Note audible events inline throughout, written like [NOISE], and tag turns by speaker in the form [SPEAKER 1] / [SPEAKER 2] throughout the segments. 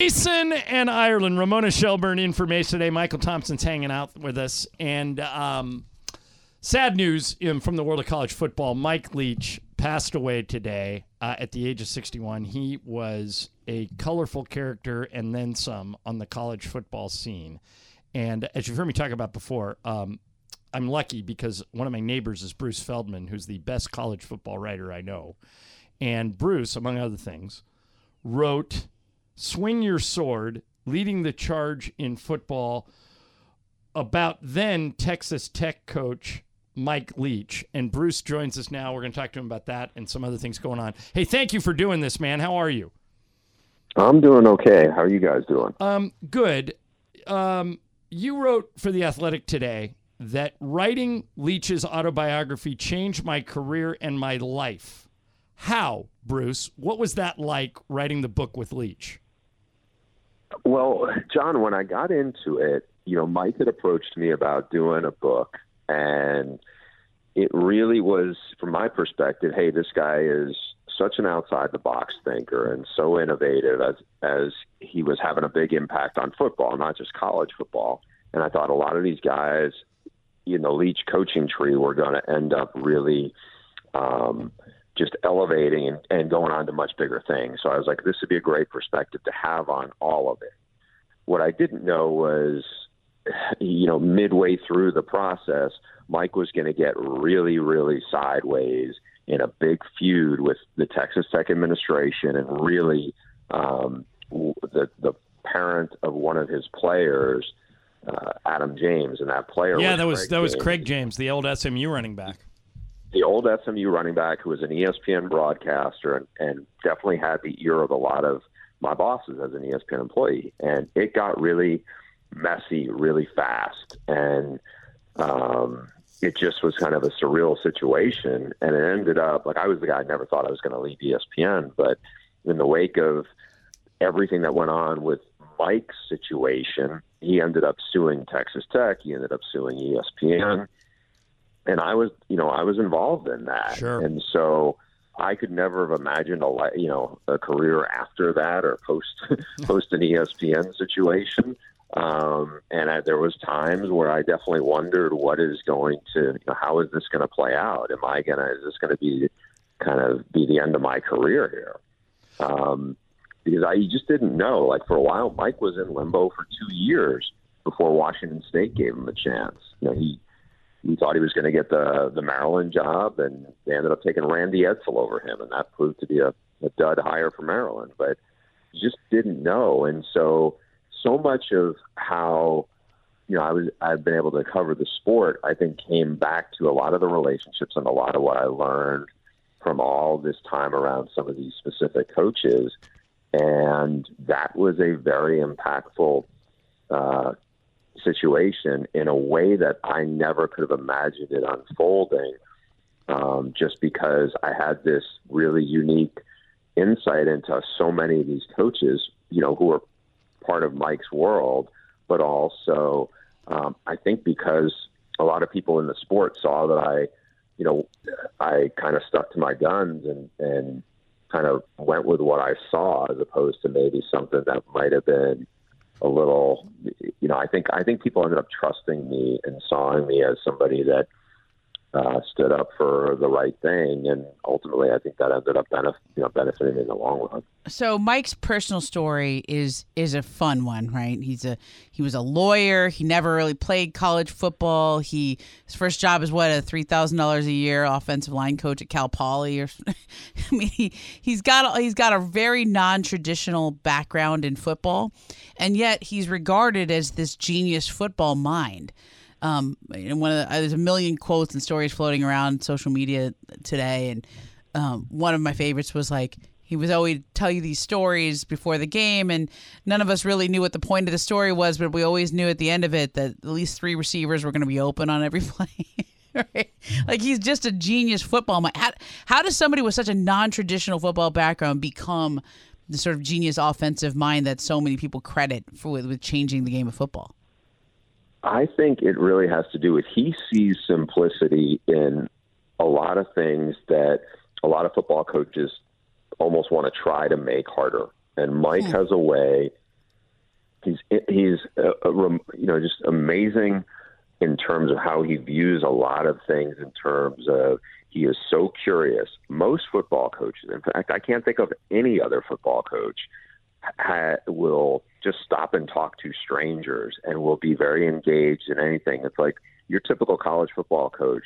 [SPEAKER 1] Jason and Ireland, Ramona Shelburne in for Mace today. Michael Thompson's hanging out with us. And um, sad news um, from the world of college football. Mike Leach passed away today uh, at the age of 61. He was a colorful character and then some on the college football scene. And as you've heard me talk about before, um, I'm lucky because one of my neighbors is Bruce Feldman, who's the best college football writer I know. And Bruce, among other things, wrote swing your sword, leading the charge in football about then Texas Tech coach Mike Leach. And Bruce joins us now. We're going to talk to him about that and some other things going on. Hey, thank you for doing this, man. How are you?
[SPEAKER 2] I'm doing okay. How are you guys doing?
[SPEAKER 1] Um, good. Um, you wrote for The Athletic today that writing Leach's autobiography changed my career and my life. How, Bruce? What was that like writing the book with Leach?
[SPEAKER 2] Well, John, when I got into it, you know, Mike had approached me about doing a book, and it really was, from my perspective, hey, this guy is such an outside the box thinker and so innovative as as he was having a big impact on football, not just college football. And I thought a lot of these guys in the Leach coaching tree were going to end up really um, just elevating and, and going on to much bigger things. So I was like, this would be a great perspective to have on all of it. What I didn't know was, you know, midway through the process, Mike was going to get really, really sideways in a big feud with the Texas Tech administration and really um, the, the parent of one of his players. Uh, Adam James and that player.
[SPEAKER 1] Yeah, that was Craig that was James. Craig James, the old SMU running back
[SPEAKER 2] the old SMU running back who was an E ESPN broadcaster and, and definitely had the ear of a lot of my bosses as an E ESPN employee. And it got really messy really fast. And um, it just was kind of a surreal situation. And it ended up like I was the guy I never thought I was going to leave E ESPN. But in the wake of everything that went on with Mike's situation, he ended up suing Texas Tech, he ended up suing E ESPN and I was, you know, I was involved in that,
[SPEAKER 1] sure.
[SPEAKER 2] and so I could never have imagined a, li- you know, a career after that or post [LAUGHS] post an E ESPN situation. Um, and I, there was times where I definitely wondered what is going to, you know, how is this going to play out? Am I gonna, is this going to be kind of be the end of my career here? Um, because I just didn't know. Like for a while, Mike was in limbo for two years before Washington State gave him a chance. You know, he we thought he was going to get the the Maryland job, and they ended up taking Randy Edsel over him, and that proved to be a, a dud hire for Maryland. But you just didn't know, and so so much of how you know I was I've been able to cover the sport, I think, came back to a lot of the relationships and a lot of what I learned from all this time around some of these specific coaches, and that was a very impactful. Uh, situation in a way that I never could have imagined it unfolding, um, just because I had this really unique insight into so many of these coaches, you know, who are part of Mike's world, but also um, I think because a lot of people in the sport saw that I, you know, I kind of stuck to my guns and and kind of went with what I saw as opposed to maybe something that might have been a little you know i think i think people ended up trusting me and sawing me as somebody that uh, stood up for the right thing and ultimately i think that ended up benef- you know, benefiting me in the long run
[SPEAKER 3] so mike's personal story is is a fun one right he's a he was a lawyer he never really played college football he his first job is what a $3000 a year offensive line coach at cal poly or [LAUGHS] i mean he, he's got he's got a very non-traditional background in football and yet he's regarded as this genius football mind um, and one of the, there's a million quotes and stories floating around social media today, and um, one of my favorites was like, He was always tell you these stories before the game, and none of us really knew what the point of the story was, but we always knew at the end of it that at least three receivers were going to be open on every [LAUGHS] play. right? Like he's just a genius football mind. How, how does somebody with such a non-traditional football background become the sort of genius offensive mind that so many people credit for with, with changing the game of football?
[SPEAKER 2] I think it really has to do with he sees simplicity in a lot of things that a lot of football coaches almost want to try to make harder. And Mike has a way. He's he's uh, a, rem- you know just amazing in terms of how he views a lot of things. In terms of he is so curious. Most football coaches, in fact, I can't think of any other football coach ha- will just stop and talk to strangers and will be very engaged in anything. It's like your typical college football coach.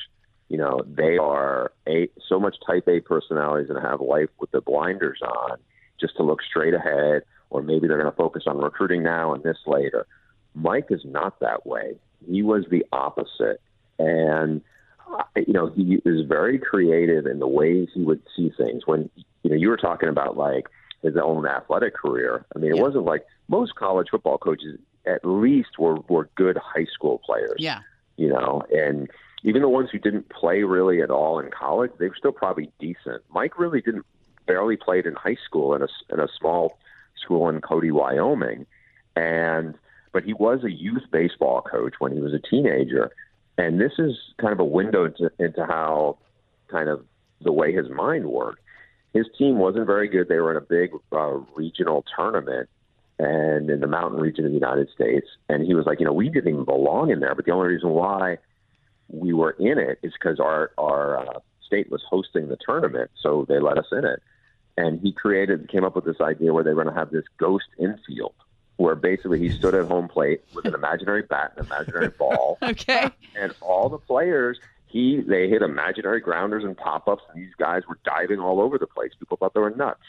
[SPEAKER 2] You know, they are a, so much type A personalities and have life with the blinders on just to look straight ahead, or maybe they're going to focus on recruiting now and this later. Mike is not that way. He was the opposite. And, uh, you know, he is very creative in the ways he would see things. When, you know, you were talking about like his own athletic career. I mean, it wasn't like most college football coaches at least were, were good high school players. [LAUGHS]
[SPEAKER 3] Yeah.
[SPEAKER 2] You know, and even the ones who didn't play really at all in college, they were still probably decent. Mike really didn't barely played in high school in a, in a small school in Cody, Wyoming. And, but he was a youth baseball coach when he was a teenager. And this is kind of a window to, into how kind of the way his mind worked. His team wasn't very good. They were in a big uh, regional tournament and in the mountain region of the United States. And he was like, you know, we didn't even belong in there. But the only reason why we were in it is because our our uh, state was hosting the tournament, so they let us in it. And he created, came up with this idea where they were going to have this ghost infield, where basically he stood at home plate with an imaginary bat and imaginary ball,
[SPEAKER 3] Okay.
[SPEAKER 2] and all the players he they hit imaginary grounders and pop ups, and these guys were diving all over the place. People thought they were nuts,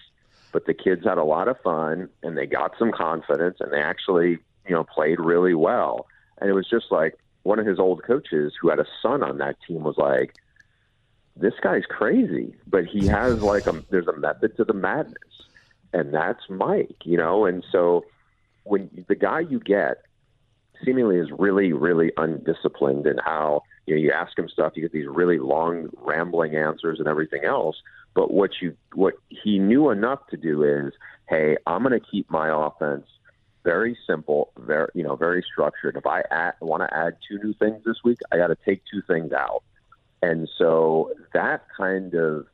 [SPEAKER 2] but the kids had a lot of fun and they got some confidence and they actually you know played really well. And it was just like one of his old coaches who had a son on that team was like, "This guy's crazy, but he has like a there's a method to the madness." And that's Mike, you know, and so when the guy you get seemingly is really, really undisciplined in how you know you ask him stuff, you get these really long, rambling answers and everything else. But what you what he knew enough to do is, hey, I'm going to keep my offense very simple, very you know very structured. If I want to add two new things this week, I got to take two things out. And so that kind of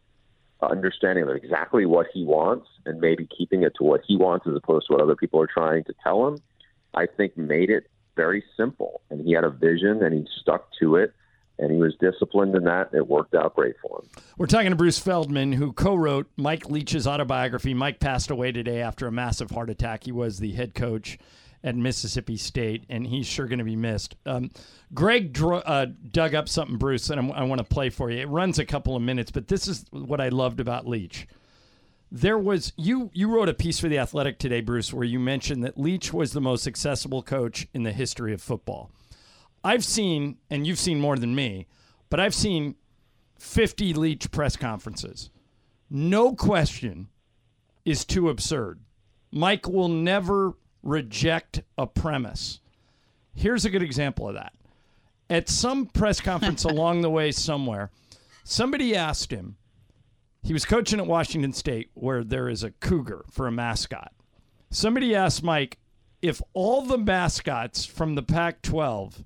[SPEAKER 2] understanding of exactly what he wants and maybe keeping it to what he wants as opposed to what other people are trying to tell him, I think made it very simple. And he had a vision and he stuck to it and he was disciplined in that. It worked out great for him.
[SPEAKER 1] We're talking to Bruce Feldman, who co wrote Mike Leach's autobiography. Mike passed away today after a massive heart attack. He was the head coach at Mississippi State, and he's sure going to be missed. Um, Greg dr- uh, dug up something, Bruce, and I'm, I want to play for you. It runs a couple of minutes, but this is what I loved about Leach. There was you you wrote a piece for the Athletic today, Bruce, where you mentioned that Leach was the most accessible coach in the history of football. I've seen, and you've seen more than me, but I've seen 50 Leach press conferences. No question is too absurd. Mike will never reject a premise. Here's a good example of that. At some press conference along the way, somewhere, somebody asked him, he was coaching at Washington State where there is a cougar for a mascot. Somebody asked Mike if all the mascots from the Pac 12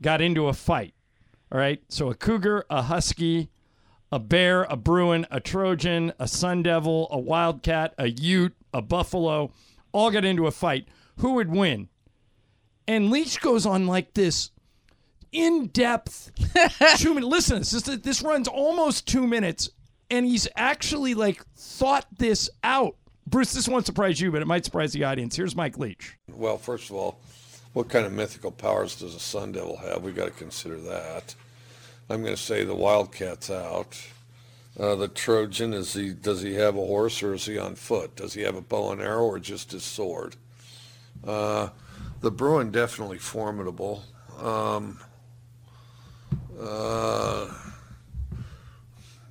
[SPEAKER 1] got into a fight, all right? So a cougar, a husky, a bear, a Bruin, a Trojan, a Sun Devil, a Wildcat, a Ute, a Buffalo, all got into a fight. Who would win? And Leach goes on like this in depth two minutes. Listen, this is, this runs almost two minutes, and he's actually like thought this out. Bruce, this won't surprise you, but it might surprise the audience. Here's Mike Leach.
[SPEAKER 4] Well, first of all, what kind of mythical powers does a sun devil have? We've got to consider that. I'm going to say the wildcat's out. Uh, the Trojan is he? Does he have a horse or is he on foot? Does he have a bow and arrow or just his sword? Uh, the Bruin definitely formidable. Um, uh,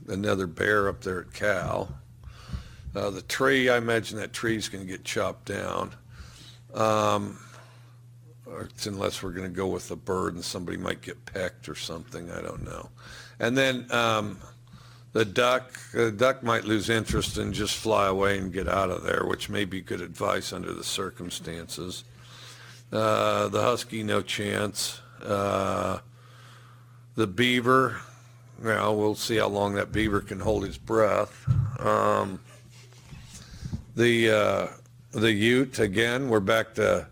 [SPEAKER 4] another bear up there at Cal. Uh, the tree, I imagine that tree's going to get chopped down. Um, or it's unless we're going to go with a bird and somebody might get pecked or something. I don't know. And then um, the duck, the duck might lose interest and just fly away and get out of there, which may be good advice under the circumstances. Uh, the husky, no chance. Uh, the beaver, well, we'll see how long that beaver can hold his breath. Um, the uh, the Ute again. We're back to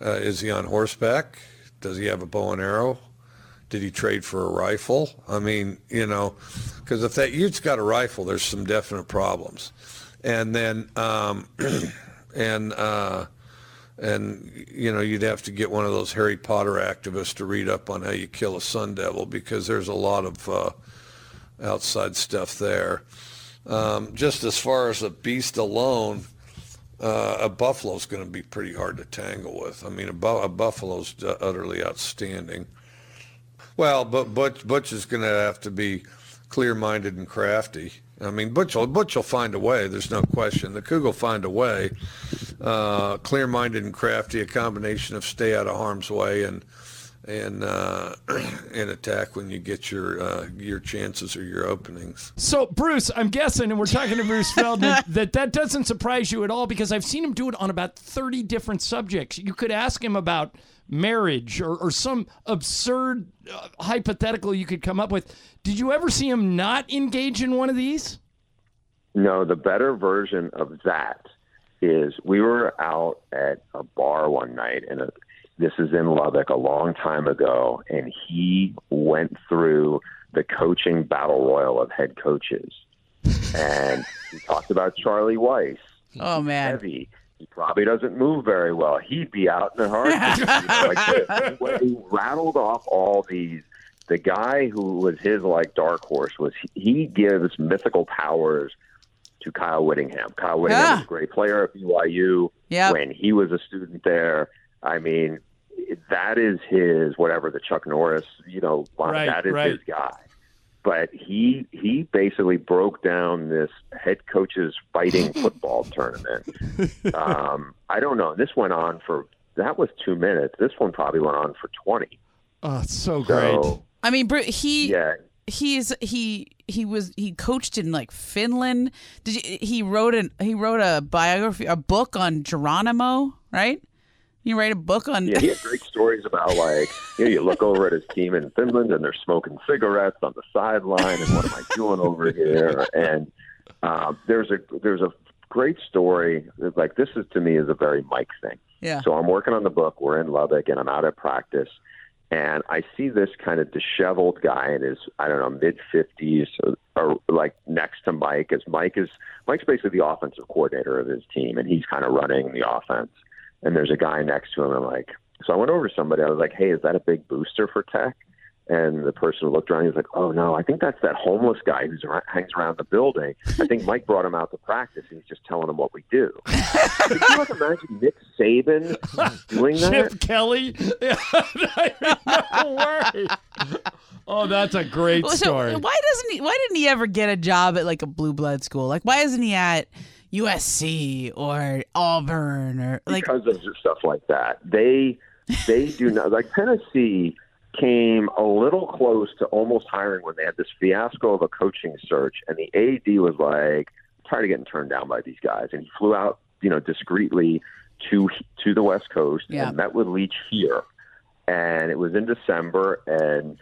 [SPEAKER 4] uh, is he on horseback? Does he have a bow and arrow? Did he trade for a rifle? I mean, you know, because if that Ute's got a rifle, there's some definite problems. And then um, [CLEARS THROAT] and uh, and you know, you'd have to get one of those Harry Potter activists to read up on how you kill a sun devil because there's a lot of uh, outside stuff there. Um, just as far as a beast alone, uh, a buffalo's going to be pretty hard to tangle with. I mean, a, bu- a buffalo's d- utterly outstanding. Well, but Butch, Butch is going to have to be clear-minded and crafty. I mean, Butch will, Butch will find a way. There's no question. The Cougar will find a way. Uh, clear-minded and crafty, a combination of stay out of harm's way and and uh, [CLEARS THROAT] and attack when you get your uh, your chances or your openings.
[SPEAKER 1] So, Bruce, I'm guessing, and we're talking to Bruce Feldman, that that doesn't surprise you at all because I've seen him do it on about 30 different subjects. You could ask him about marriage or, or some absurd uh, hypothetical you could come up with. Did you ever see him not engage in one of these?
[SPEAKER 2] No, the better version of that is we were out at a bar one night, and a, this is in Lubbock a long time ago, and he went through the coaching battle royal of head coaches. And he talked about Charlie Weiss,
[SPEAKER 3] Oh man.
[SPEAKER 2] heavy. He probably doesn't move very well. He'd be out in a
[SPEAKER 3] [LAUGHS]
[SPEAKER 2] heartbeat. you know, like this. When he rattled off all these. The guy who was his like dark horse was he gives mythical powers to Kyle Whittingham. Kyle Whittingham
[SPEAKER 3] Yeah.
[SPEAKER 2] was a great player at BYU
[SPEAKER 3] Yep.
[SPEAKER 2] when he was a student there. I mean, that is his whatever the Chuck Norris, you know, line,
[SPEAKER 1] Right,
[SPEAKER 2] that is
[SPEAKER 1] right.
[SPEAKER 2] his guy. But he he basically broke down this head coaches fighting football tournament. Um, I don't know. This went on for that was two minutes. This one probably went on for twenty.
[SPEAKER 1] Oh, it's so great.
[SPEAKER 2] So
[SPEAKER 3] I mean, Bru- he
[SPEAKER 2] yeah,
[SPEAKER 3] he's he he was he coached in like Finland. Did you, he wrote an he wrote a biography a book on Geronimo, right? You write a book on
[SPEAKER 2] yeah, he had great stories about like you know you look over at his team in Finland and they're smoking cigarettes on the sideline and what am I doing over here? And uh, there's a there's a great story like this is to me is a very Mike thing.
[SPEAKER 3] yeah.
[SPEAKER 2] So I'm working on the book. We're in Lubbock, and I'm out at practice, and I see this kind of disheveled guy in his I don't know mid 50s, or, or like next to Mike. As Mike is Mike's basically the offensive coordinator of his team, and he's kind of running the offense. And there's a guy next to him. And I'm like, so I went over to somebody. I was like, hey, is that a big booster for Tech? And the person looked around. He was like, "Oh no, I think that's that homeless guy who's ar- hangs around the building. I think Mike brought him out to practice, and he's just telling him what we do." Could you like imagine Nick Saban doing that?
[SPEAKER 1] Chip Kelly. [LAUGHS] Yeah,
[SPEAKER 3] [LAUGHS]
[SPEAKER 2] [LAUGHS]
[SPEAKER 1] no way. Oh, that's a great
[SPEAKER 3] Well, so
[SPEAKER 1] story.
[SPEAKER 3] why doesn't he? Why didn't he ever get a job at like a blue blood school? Like, why isn't he at USC or Auburn or like?
[SPEAKER 2] because of stuff like that. They they do not like Tennessee came a little close to almost hiring when they had this fiasco of a coaching search and the AD was like tired of getting turned down by these guys and he flew out, you know, discreetly to to the West Coast
[SPEAKER 3] Yeah.
[SPEAKER 2] and met with Leach here. And it was in December and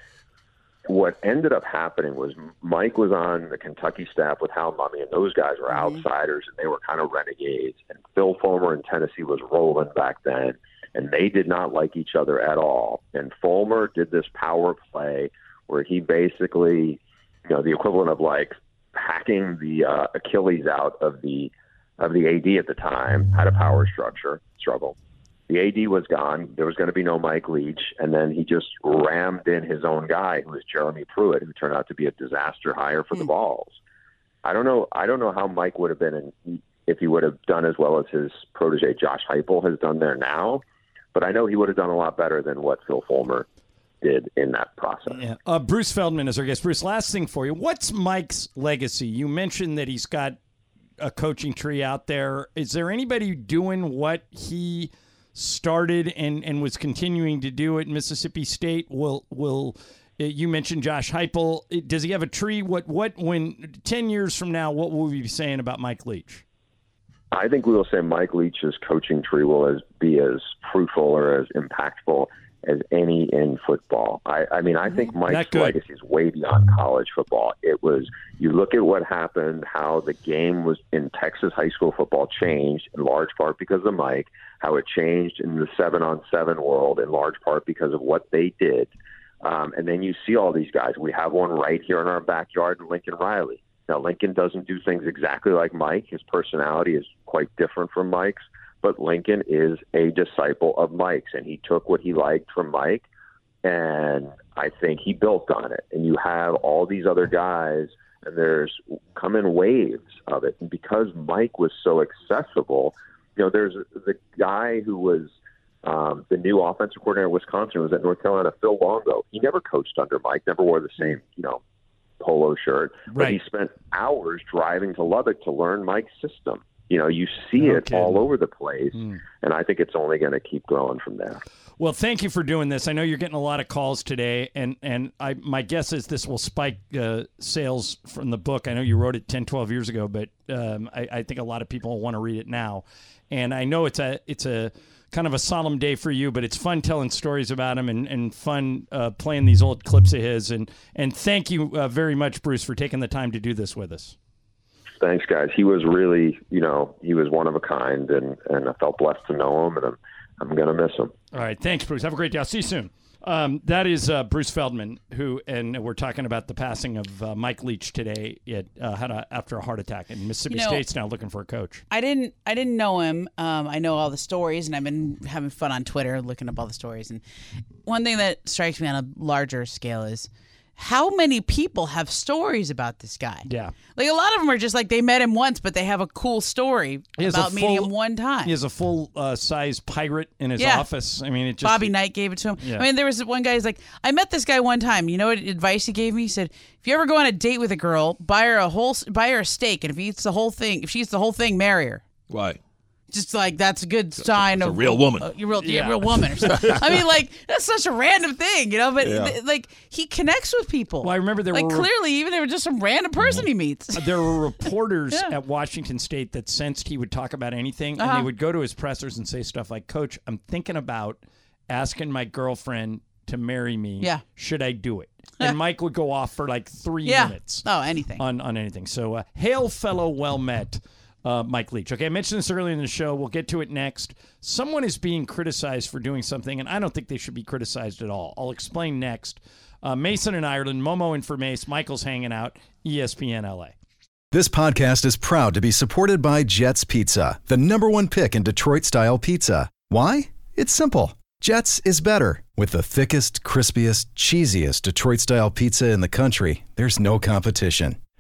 [SPEAKER 2] what ended up happening was Mike was on the Kentucky staff with Hal Mummy, and those guys were
[SPEAKER 3] Mm-hmm.
[SPEAKER 2] outsiders, and they were kind of renegades. And Phil Fulmer in Tennessee was rolling back then, and they did not like each other at all. And Fulmer did this power play where he basically, you know, the equivalent of like hacking the uh, Achilles out of the of the AD at the time had a power structure struggle. The AD was gone. There was going to be no Mike Leach, and then he just rammed in his own guy, who was Jeremy Pruitt, who turned out to be a disaster hire for the Balls. I don't know. I don't know how Mike would have been in, if he would have done as well as his protege Josh Heupel has done there now, but I know he would have done a lot better than what Phil Fulmer did in that process.
[SPEAKER 1] Yeah. Uh, Bruce Feldman is our guest. Bruce, last thing for you. What's Mike's legacy? You mentioned that he's got a coaching tree out there. Is there anybody doing what he started and, and was continuing to do at Mississippi State? Will will uh, you mentioned Josh Heupel? Uh, Does he have a tree? What what when ten years from now? What will we be saying about Mike Leach?
[SPEAKER 2] I think we will say Mike Leach's coaching tree will as, be as fruitful or as impactful as any in football. I, I mean, I think
[SPEAKER 1] Not
[SPEAKER 2] Mike's
[SPEAKER 1] good.
[SPEAKER 2] legacy is way beyond college football. It was you look at what happened, how the game was in Texas high school football changed in large part because of Mike, how it changed in the seven on seven world in large part because of what they did. Um, and then you see all these guys. We have one right here in our backyard, Lincoln Riley. Now, Lincoln doesn't do things exactly like Mike. His personality is quite different from Mike's, but Lincoln is a disciple of Mike's, and he took what he liked from Mike, and I think he built on it. And you have all these other guys, and there's come in waves of it. And because Mike was so accessible, you know, there's the guy who was um, the new offensive coordinator at Wisconsin was at North Carolina, Phil Longo. He never coached under Mike, never wore the same, you know, polo shirt. But he
[SPEAKER 1] Right.
[SPEAKER 2] spent hours driving to Lubbock to learn Mike's system. You know, you see
[SPEAKER 1] No
[SPEAKER 2] it
[SPEAKER 1] kidding. Hmm.
[SPEAKER 2] all over the place, and I think it's only going to keep growing from there.
[SPEAKER 1] Well, thank you for doing this. I know you're getting a lot of calls today, and and I my guess is this will spike uh, sales from the book. I know you wrote it 10, 12 years ago, but um, I, I think a lot of people want to read it now. And I know it's a it's a kind of a solemn day for you, but it's fun telling stories about him and and fun uh, playing these old clips of his. And and thank you uh, very much, Bruce, for taking the time to do this with us.
[SPEAKER 2] Thanks, guys. He was really, you know, he was one of a kind, and and I felt blessed to know him, and I'm I'm going to miss him.
[SPEAKER 1] All right. Thanks, Bruce. Have a great day. I'll see you soon. Um, that is uh, Bruce Feldman, who, and we're talking about the passing of uh, Mike Leach today. It uh, had a, after a heart attack, and Mississippi
[SPEAKER 3] You know-
[SPEAKER 1] State's now looking for a coach.
[SPEAKER 3] I didn't I didn't know him. Um, I know all the stories, and I've been having fun on Twitter looking up all the stories. And one thing that strikes me on a larger scale is how many people have stories about this guy.
[SPEAKER 1] Yeah.
[SPEAKER 3] like a lot of them are just like they met him once, but they have a cool story
[SPEAKER 1] He has a
[SPEAKER 3] about meeting
[SPEAKER 1] full-
[SPEAKER 3] him one time.
[SPEAKER 1] He is a full uh, size pirate in his
[SPEAKER 3] Yeah.
[SPEAKER 1] office. I mean, it just
[SPEAKER 3] Bobby Knight gave it to him.
[SPEAKER 1] Yeah.
[SPEAKER 3] I mean, there was one guy who's like, I met this guy one time. You know what advice he gave me? He said, if you ever go on a date with a girl, buy her a whole, buy her a steak, and if he eats the whole thing, if she eats the whole thing, marry her.
[SPEAKER 5] Why?
[SPEAKER 3] Just like that's a good sign
[SPEAKER 5] It's a
[SPEAKER 3] of
[SPEAKER 5] real woman.
[SPEAKER 3] uh, you're real, you're
[SPEAKER 1] Yeah.
[SPEAKER 3] a real woman. Or something. I mean,
[SPEAKER 5] [LAUGHS]
[SPEAKER 3] like that's such a random thing, you know. But th- like he connects with people.
[SPEAKER 1] Well, I remember there Mm-hmm.
[SPEAKER 3] like
[SPEAKER 1] were-
[SPEAKER 3] clearly, even if it was just some random person he meets.
[SPEAKER 1] [LAUGHS] there were
[SPEAKER 3] [LAUGHS]
[SPEAKER 1] reporters at Washington State that sensed he would talk about anything,
[SPEAKER 3] Uh-huh.
[SPEAKER 1] and they would go to his pressers and say stuff like, "Coach, I'm thinking about asking my girlfriend to marry me.
[SPEAKER 3] Yeah.
[SPEAKER 1] should I do
[SPEAKER 3] [LAUGHS]
[SPEAKER 1] it?" And Mike would go off for like three
[SPEAKER 3] yeah.
[SPEAKER 1] minutes.
[SPEAKER 3] Oh, anything.
[SPEAKER 1] on on anything. So uh, hail fellow well met, uh, Mike Leach. Okay, I mentioned this earlier in the show. We'll get to it next. Someone is being criticized for doing something, and I don't think they should be criticized at all. I'll explain next. Uh, Mason in Ireland, Momo in for Mace, Michael's hanging out, E ESPN LA.
[SPEAKER 6] This podcast is proud to be supported by Jets Pizza, the number one pick in Detroit style pizza. Why? It's simple. Jets is better. With the thickest, crispiest, cheesiest Detroit style pizza in the country, there's no competition.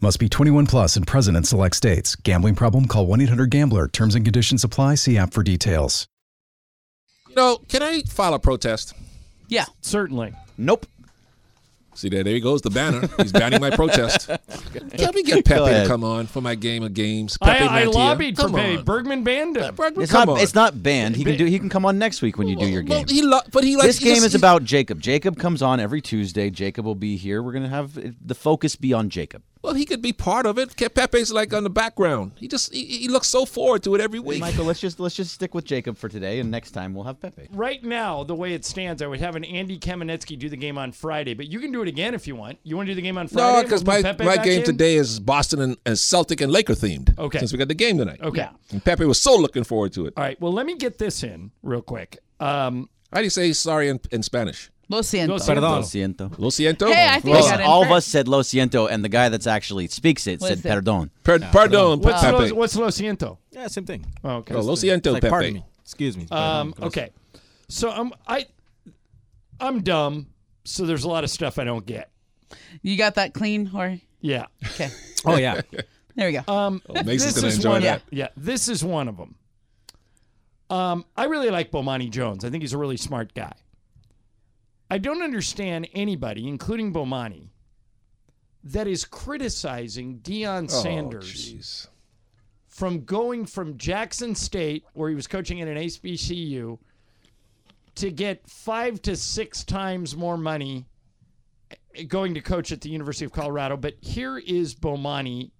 [SPEAKER 6] Must be 21 plus and present in select states. Gambling problem? Call 1 800 Gambler. Terms and conditions apply. See app for details.
[SPEAKER 5] You know, can I file a protest?
[SPEAKER 3] yeah.
[SPEAKER 1] Certainly.
[SPEAKER 5] Nope. See there, there he goes, the banner. He's banning my protest. Can we get Pepe to
[SPEAKER 7] ahead.
[SPEAKER 5] come on for my game of games? Pepe
[SPEAKER 1] I, I
[SPEAKER 5] Mantilla?
[SPEAKER 1] lobbied
[SPEAKER 5] come
[SPEAKER 1] for Pe-
[SPEAKER 5] on.
[SPEAKER 1] Bergman banned him.
[SPEAKER 5] Bergman,
[SPEAKER 7] It's
[SPEAKER 5] come
[SPEAKER 7] not.
[SPEAKER 5] on.
[SPEAKER 7] It's not banned. He can do. He can come on next week when you do your
[SPEAKER 5] Well,
[SPEAKER 7] game.
[SPEAKER 5] he lo- but he likes
[SPEAKER 7] This
[SPEAKER 5] he
[SPEAKER 7] game
[SPEAKER 5] just-
[SPEAKER 7] is
[SPEAKER 5] he-
[SPEAKER 7] about Jacob. Jacob comes on every Tuesday. Jacob will be here. We're gonna have the focus be on Jacob.
[SPEAKER 5] Well, he could be part of it. Ke- Pepe's like on the background. He just he, he looks so forward to it every week.
[SPEAKER 7] Michael, let's just let's just stick with Jacob for today, and next time we'll have Pepe.
[SPEAKER 1] Right now, the way it stands, I would have an Andy Kamenetsky do the game on Friday, but you can do it again if you want. You want to do the game on Friday?
[SPEAKER 5] No, because
[SPEAKER 1] We'll
[SPEAKER 5] my,
[SPEAKER 1] put Pepe
[SPEAKER 5] my
[SPEAKER 1] back
[SPEAKER 5] game
[SPEAKER 1] in?
[SPEAKER 5] today is Boston and, and Celtic and Laker themed.
[SPEAKER 1] Okay.
[SPEAKER 5] Since we got the game tonight.
[SPEAKER 1] Okay.
[SPEAKER 5] And Pepe was so looking forward to it.
[SPEAKER 1] All right. Well, let me get this in real quick. Um,
[SPEAKER 5] How do you say sorry in, in Spanish?
[SPEAKER 3] Lo
[SPEAKER 1] Lo
[SPEAKER 3] siento.
[SPEAKER 1] siento.
[SPEAKER 7] Lo siento.
[SPEAKER 5] Lo siento.
[SPEAKER 3] Hey, I think
[SPEAKER 7] Well,
[SPEAKER 3] I got it
[SPEAKER 7] all of
[SPEAKER 3] first.
[SPEAKER 7] us said lo siento, and the guy that's actually speaks it
[SPEAKER 3] What
[SPEAKER 7] said
[SPEAKER 3] is it?
[SPEAKER 7] perdón.
[SPEAKER 5] Per- pardon,
[SPEAKER 1] What's,
[SPEAKER 5] Pepe.
[SPEAKER 1] lo, what's Lo Siento?
[SPEAKER 8] Yeah, same thing.
[SPEAKER 1] Oh, okay.
[SPEAKER 5] Oh, lo siento,
[SPEAKER 8] Like,
[SPEAKER 5] Pepe.
[SPEAKER 8] pardon me. Excuse me.
[SPEAKER 1] Um,
[SPEAKER 8] Perdón.
[SPEAKER 1] okay. So I'm I I'm dumb, so there's a lot of stuff I don't get.
[SPEAKER 3] You got that clean, Jorge?
[SPEAKER 1] Yeah. [LAUGHS]
[SPEAKER 3] Okay.
[SPEAKER 8] Oh yeah.
[SPEAKER 3] There we go.
[SPEAKER 1] Um
[SPEAKER 5] Mason's
[SPEAKER 1] this
[SPEAKER 5] gonna
[SPEAKER 1] is
[SPEAKER 5] Oh, enjoy
[SPEAKER 1] one,
[SPEAKER 5] that.
[SPEAKER 1] Yeah, this is one of them. Um, I really like Bomani Jones. I think he's a really smart guy. I don't understand anybody, including Bomani, that is criticizing Deion
[SPEAKER 5] Oh,
[SPEAKER 1] Sanders
[SPEAKER 5] jeez.
[SPEAKER 1] from going from Jackson State, where he was coaching at an HBCU, to get five to six times more money eh, going to coach at the University of Colorado. But here is Bomani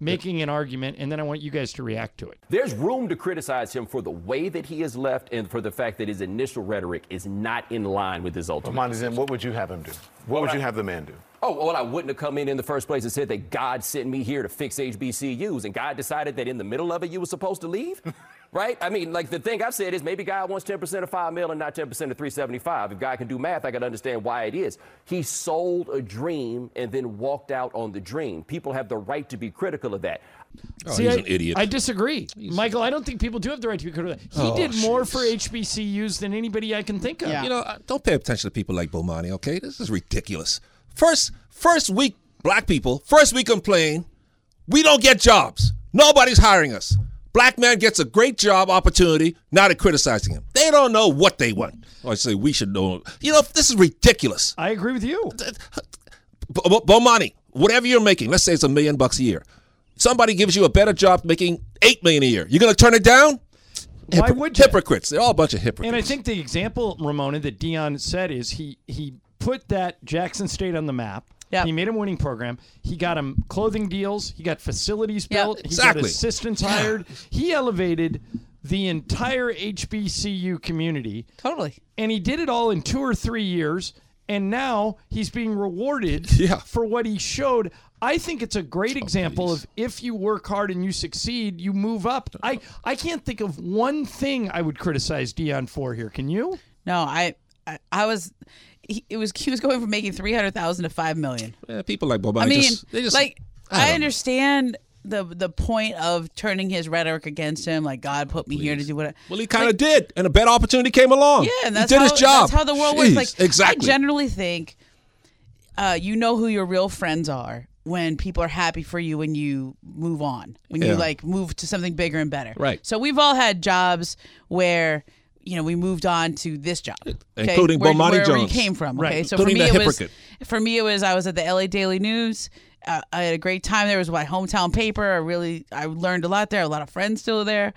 [SPEAKER 1] making an argument, and then I want you guys to react to it.
[SPEAKER 9] There's room to criticize him for the way that he has left and for the fact that his initial rhetoric is not in line with his ultimate.
[SPEAKER 10] what would you have him do? What would you have the man do?
[SPEAKER 9] Oh, well, I wouldn't have come in in the first place and said that God sent me here to fix HBCUs, and God decided that in the middle of it you were supposed to leave, [LAUGHS] right? I mean, like the thing I've said is maybe God wants 10% of five mil and not 10% of 375. If God can do math, I can understand why it is. He sold a dream and then walked out on the dream. People have the right to be critical of that.
[SPEAKER 5] Oh,
[SPEAKER 1] See,
[SPEAKER 5] he's
[SPEAKER 1] I,
[SPEAKER 5] an idiot. Oh,
[SPEAKER 1] I disagree, Michael. I don't think people do have the right to be critical. He did more for HBCUs than anybody I can think of.
[SPEAKER 3] Yeah.
[SPEAKER 5] you know, uh, don't pay attention to people like Bomani, okay? This is ridiculous. First, first week, black people, first we complain, we don't get jobs. Nobody's hiring us. Black man gets a great job opportunity, now they're criticizing him. They don't know what they want. Or I say we should know. You know, this is ridiculous.
[SPEAKER 1] I agree with you.
[SPEAKER 5] B- B- Bomani, whatever you're making, let's say it's a million bucks a year. Somebody gives you a better job making eight million a year. You're gonna turn it down?
[SPEAKER 1] Why
[SPEAKER 5] Hypocr-
[SPEAKER 1] would you?
[SPEAKER 5] hypocrites? They're all a bunch of hypocrites.
[SPEAKER 1] And I think the example, Ramona, that Dion said is he he put that Jackson State on the map.
[SPEAKER 3] Yeah.
[SPEAKER 1] He made him a winning program. He got him clothing deals. He got facilities
[SPEAKER 3] Yeah.
[SPEAKER 1] built. He
[SPEAKER 5] Exactly.
[SPEAKER 1] got assistants hired. He elevated the entire HBCU community,
[SPEAKER 3] totally.
[SPEAKER 1] and he did it all in two or three years. And now he's being rewarded
[SPEAKER 5] [LAUGHS] Yeah.
[SPEAKER 1] for what he showed. I think it's a great example of if you work hard and you succeed, you move up. I, I can't think of one thing I would criticize Dion for here. Can you?
[SPEAKER 3] No, I, I, I was. He, it was he was going from making three hundred thousand to five million.
[SPEAKER 5] Yeah, people like Boban.
[SPEAKER 3] I mean,
[SPEAKER 5] just, they just,
[SPEAKER 3] like
[SPEAKER 5] don't
[SPEAKER 3] I,
[SPEAKER 5] know.
[SPEAKER 3] understand the the point of turning his rhetoric against him. Like God put me here to do what. I,
[SPEAKER 5] Well, he kind of did, and a better opportunity came along.
[SPEAKER 3] Yeah, and that's
[SPEAKER 5] he did
[SPEAKER 3] how,
[SPEAKER 5] his job.
[SPEAKER 3] That's how the world
[SPEAKER 5] Jeez,
[SPEAKER 3] works. Like
[SPEAKER 5] exactly.
[SPEAKER 3] I generally think uh, you know who your real friends are when people are happy for you when you move on, when
[SPEAKER 5] Yeah.
[SPEAKER 3] you like move to something bigger and better.
[SPEAKER 5] Right.
[SPEAKER 3] So we've all had jobs where. You know, we moved on to this job, okay?
[SPEAKER 5] Including
[SPEAKER 3] where,
[SPEAKER 5] Bomani
[SPEAKER 3] where
[SPEAKER 5] Jones.
[SPEAKER 3] We came from, okay.
[SPEAKER 5] Right.
[SPEAKER 3] So
[SPEAKER 5] Including
[SPEAKER 3] for me,
[SPEAKER 5] the
[SPEAKER 3] it was
[SPEAKER 5] hypocrite.
[SPEAKER 3] for me it was I was at the LA Daily News. Uh, I had a great time there. It was my hometown paper. I really I learned a lot there. A lot of friends still there,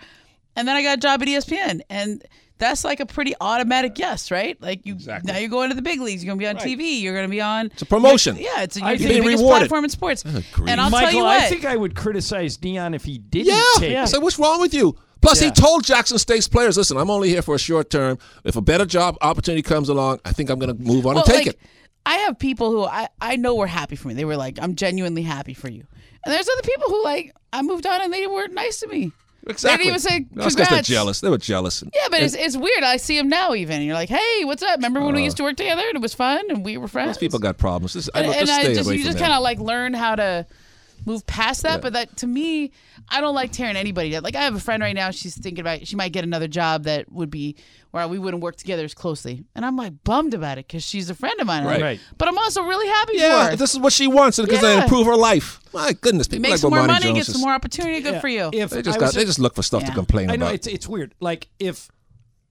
[SPEAKER 3] and then I got a job at E ESPN, and that's like a pretty automatic yes, right? Like you now you're going to the big leagues. You're going to be on TV. You're going to be on. It's
[SPEAKER 5] a promotion.
[SPEAKER 3] Yeah, it's
[SPEAKER 1] I
[SPEAKER 3] you're the
[SPEAKER 1] think-
[SPEAKER 3] biggest
[SPEAKER 5] Being rewarded.
[SPEAKER 3] platform in sports. And I'll
[SPEAKER 1] Michael,
[SPEAKER 3] tell you
[SPEAKER 1] I
[SPEAKER 3] what.
[SPEAKER 1] think I would criticize Dion if he didn't
[SPEAKER 5] yeah.
[SPEAKER 1] take
[SPEAKER 5] So what's wrong with you? Plus, he told Jackson State's players, "Listen, I'm only here for a short term. If a better job opportunity comes along, I think I'm going to move on
[SPEAKER 3] Well,
[SPEAKER 5] and
[SPEAKER 3] like,
[SPEAKER 5] take it."
[SPEAKER 3] I have people who I, I know were happy for me. They were like, I'm genuinely happy for you. And there's other people who like I moved on and they weren't nice to me.
[SPEAKER 5] Exactly.
[SPEAKER 3] They didn't even say
[SPEAKER 5] That's
[SPEAKER 3] congrats.
[SPEAKER 5] because they're jealous. They were jealous.
[SPEAKER 3] Yeah, but it's, it's weird. I see him now even. And you're like, hey, what's up? Remember
[SPEAKER 5] Uh.
[SPEAKER 3] when we used to work together and it was fun and we were friends?
[SPEAKER 5] These people got problems. This, I
[SPEAKER 3] and
[SPEAKER 5] don't,
[SPEAKER 3] and
[SPEAKER 5] just stay
[SPEAKER 3] I just
[SPEAKER 5] away
[SPEAKER 3] you
[SPEAKER 5] from
[SPEAKER 3] just
[SPEAKER 5] them.
[SPEAKER 3] kind of like learn how to move past that. But that to me, I don't like tearing anybody down. Like I have a friend right now. She's thinking about she might get another job that would be where we wouldn't work together as closely. And I'm like bummed about it because she's a friend of mine.
[SPEAKER 5] Right.
[SPEAKER 1] Right.
[SPEAKER 3] But I'm also really happy
[SPEAKER 5] yeah,
[SPEAKER 3] for her.
[SPEAKER 5] this is what she wants because they
[SPEAKER 3] Yeah.
[SPEAKER 5] improve her life. My goodness, people
[SPEAKER 3] Makes
[SPEAKER 5] like
[SPEAKER 3] more
[SPEAKER 5] Bomani
[SPEAKER 3] money,
[SPEAKER 5] Jones
[SPEAKER 3] gets
[SPEAKER 5] is-
[SPEAKER 3] more opportunity. Good for you.
[SPEAKER 1] If
[SPEAKER 5] They just
[SPEAKER 1] I
[SPEAKER 5] got.
[SPEAKER 1] was
[SPEAKER 5] They just look for stuff to
[SPEAKER 3] Yeah.
[SPEAKER 5] complain
[SPEAKER 1] I know
[SPEAKER 5] about.
[SPEAKER 1] it's it's weird. Like if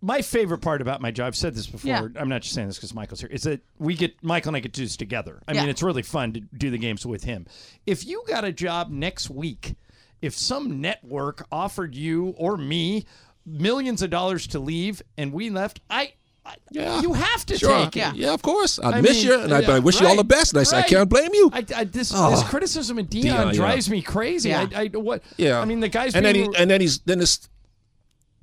[SPEAKER 1] my favorite part about my job, I've said this before.
[SPEAKER 3] Yeah.
[SPEAKER 1] I'm not just saying this because Michael's here. Is that we get Michael and I get to do this together. I mean,
[SPEAKER 3] Yeah.
[SPEAKER 1] it's really fun to do the games with him. If you got a job next week, if some network offered you or me millions of dollars to leave and we left, I
[SPEAKER 5] Yeah,
[SPEAKER 1] you have to
[SPEAKER 5] sure.
[SPEAKER 1] take it.
[SPEAKER 5] Yeah. of course. I,
[SPEAKER 1] I
[SPEAKER 5] miss
[SPEAKER 1] mean,
[SPEAKER 5] you, and I,
[SPEAKER 1] yeah,
[SPEAKER 5] I wish you all the
[SPEAKER 1] right,
[SPEAKER 5] best. And I, say, I
[SPEAKER 1] right.
[SPEAKER 5] can't blame you.
[SPEAKER 1] I, I, this, this
[SPEAKER 5] Oh.
[SPEAKER 1] criticism of Dion,
[SPEAKER 5] Dion, yeah.
[SPEAKER 1] drives me crazy.
[SPEAKER 3] Yeah.
[SPEAKER 1] I, I what?
[SPEAKER 5] yeah,
[SPEAKER 1] I mean, the guy's
[SPEAKER 5] and then
[SPEAKER 1] being
[SPEAKER 5] he,
[SPEAKER 1] re-
[SPEAKER 5] and then he's then this.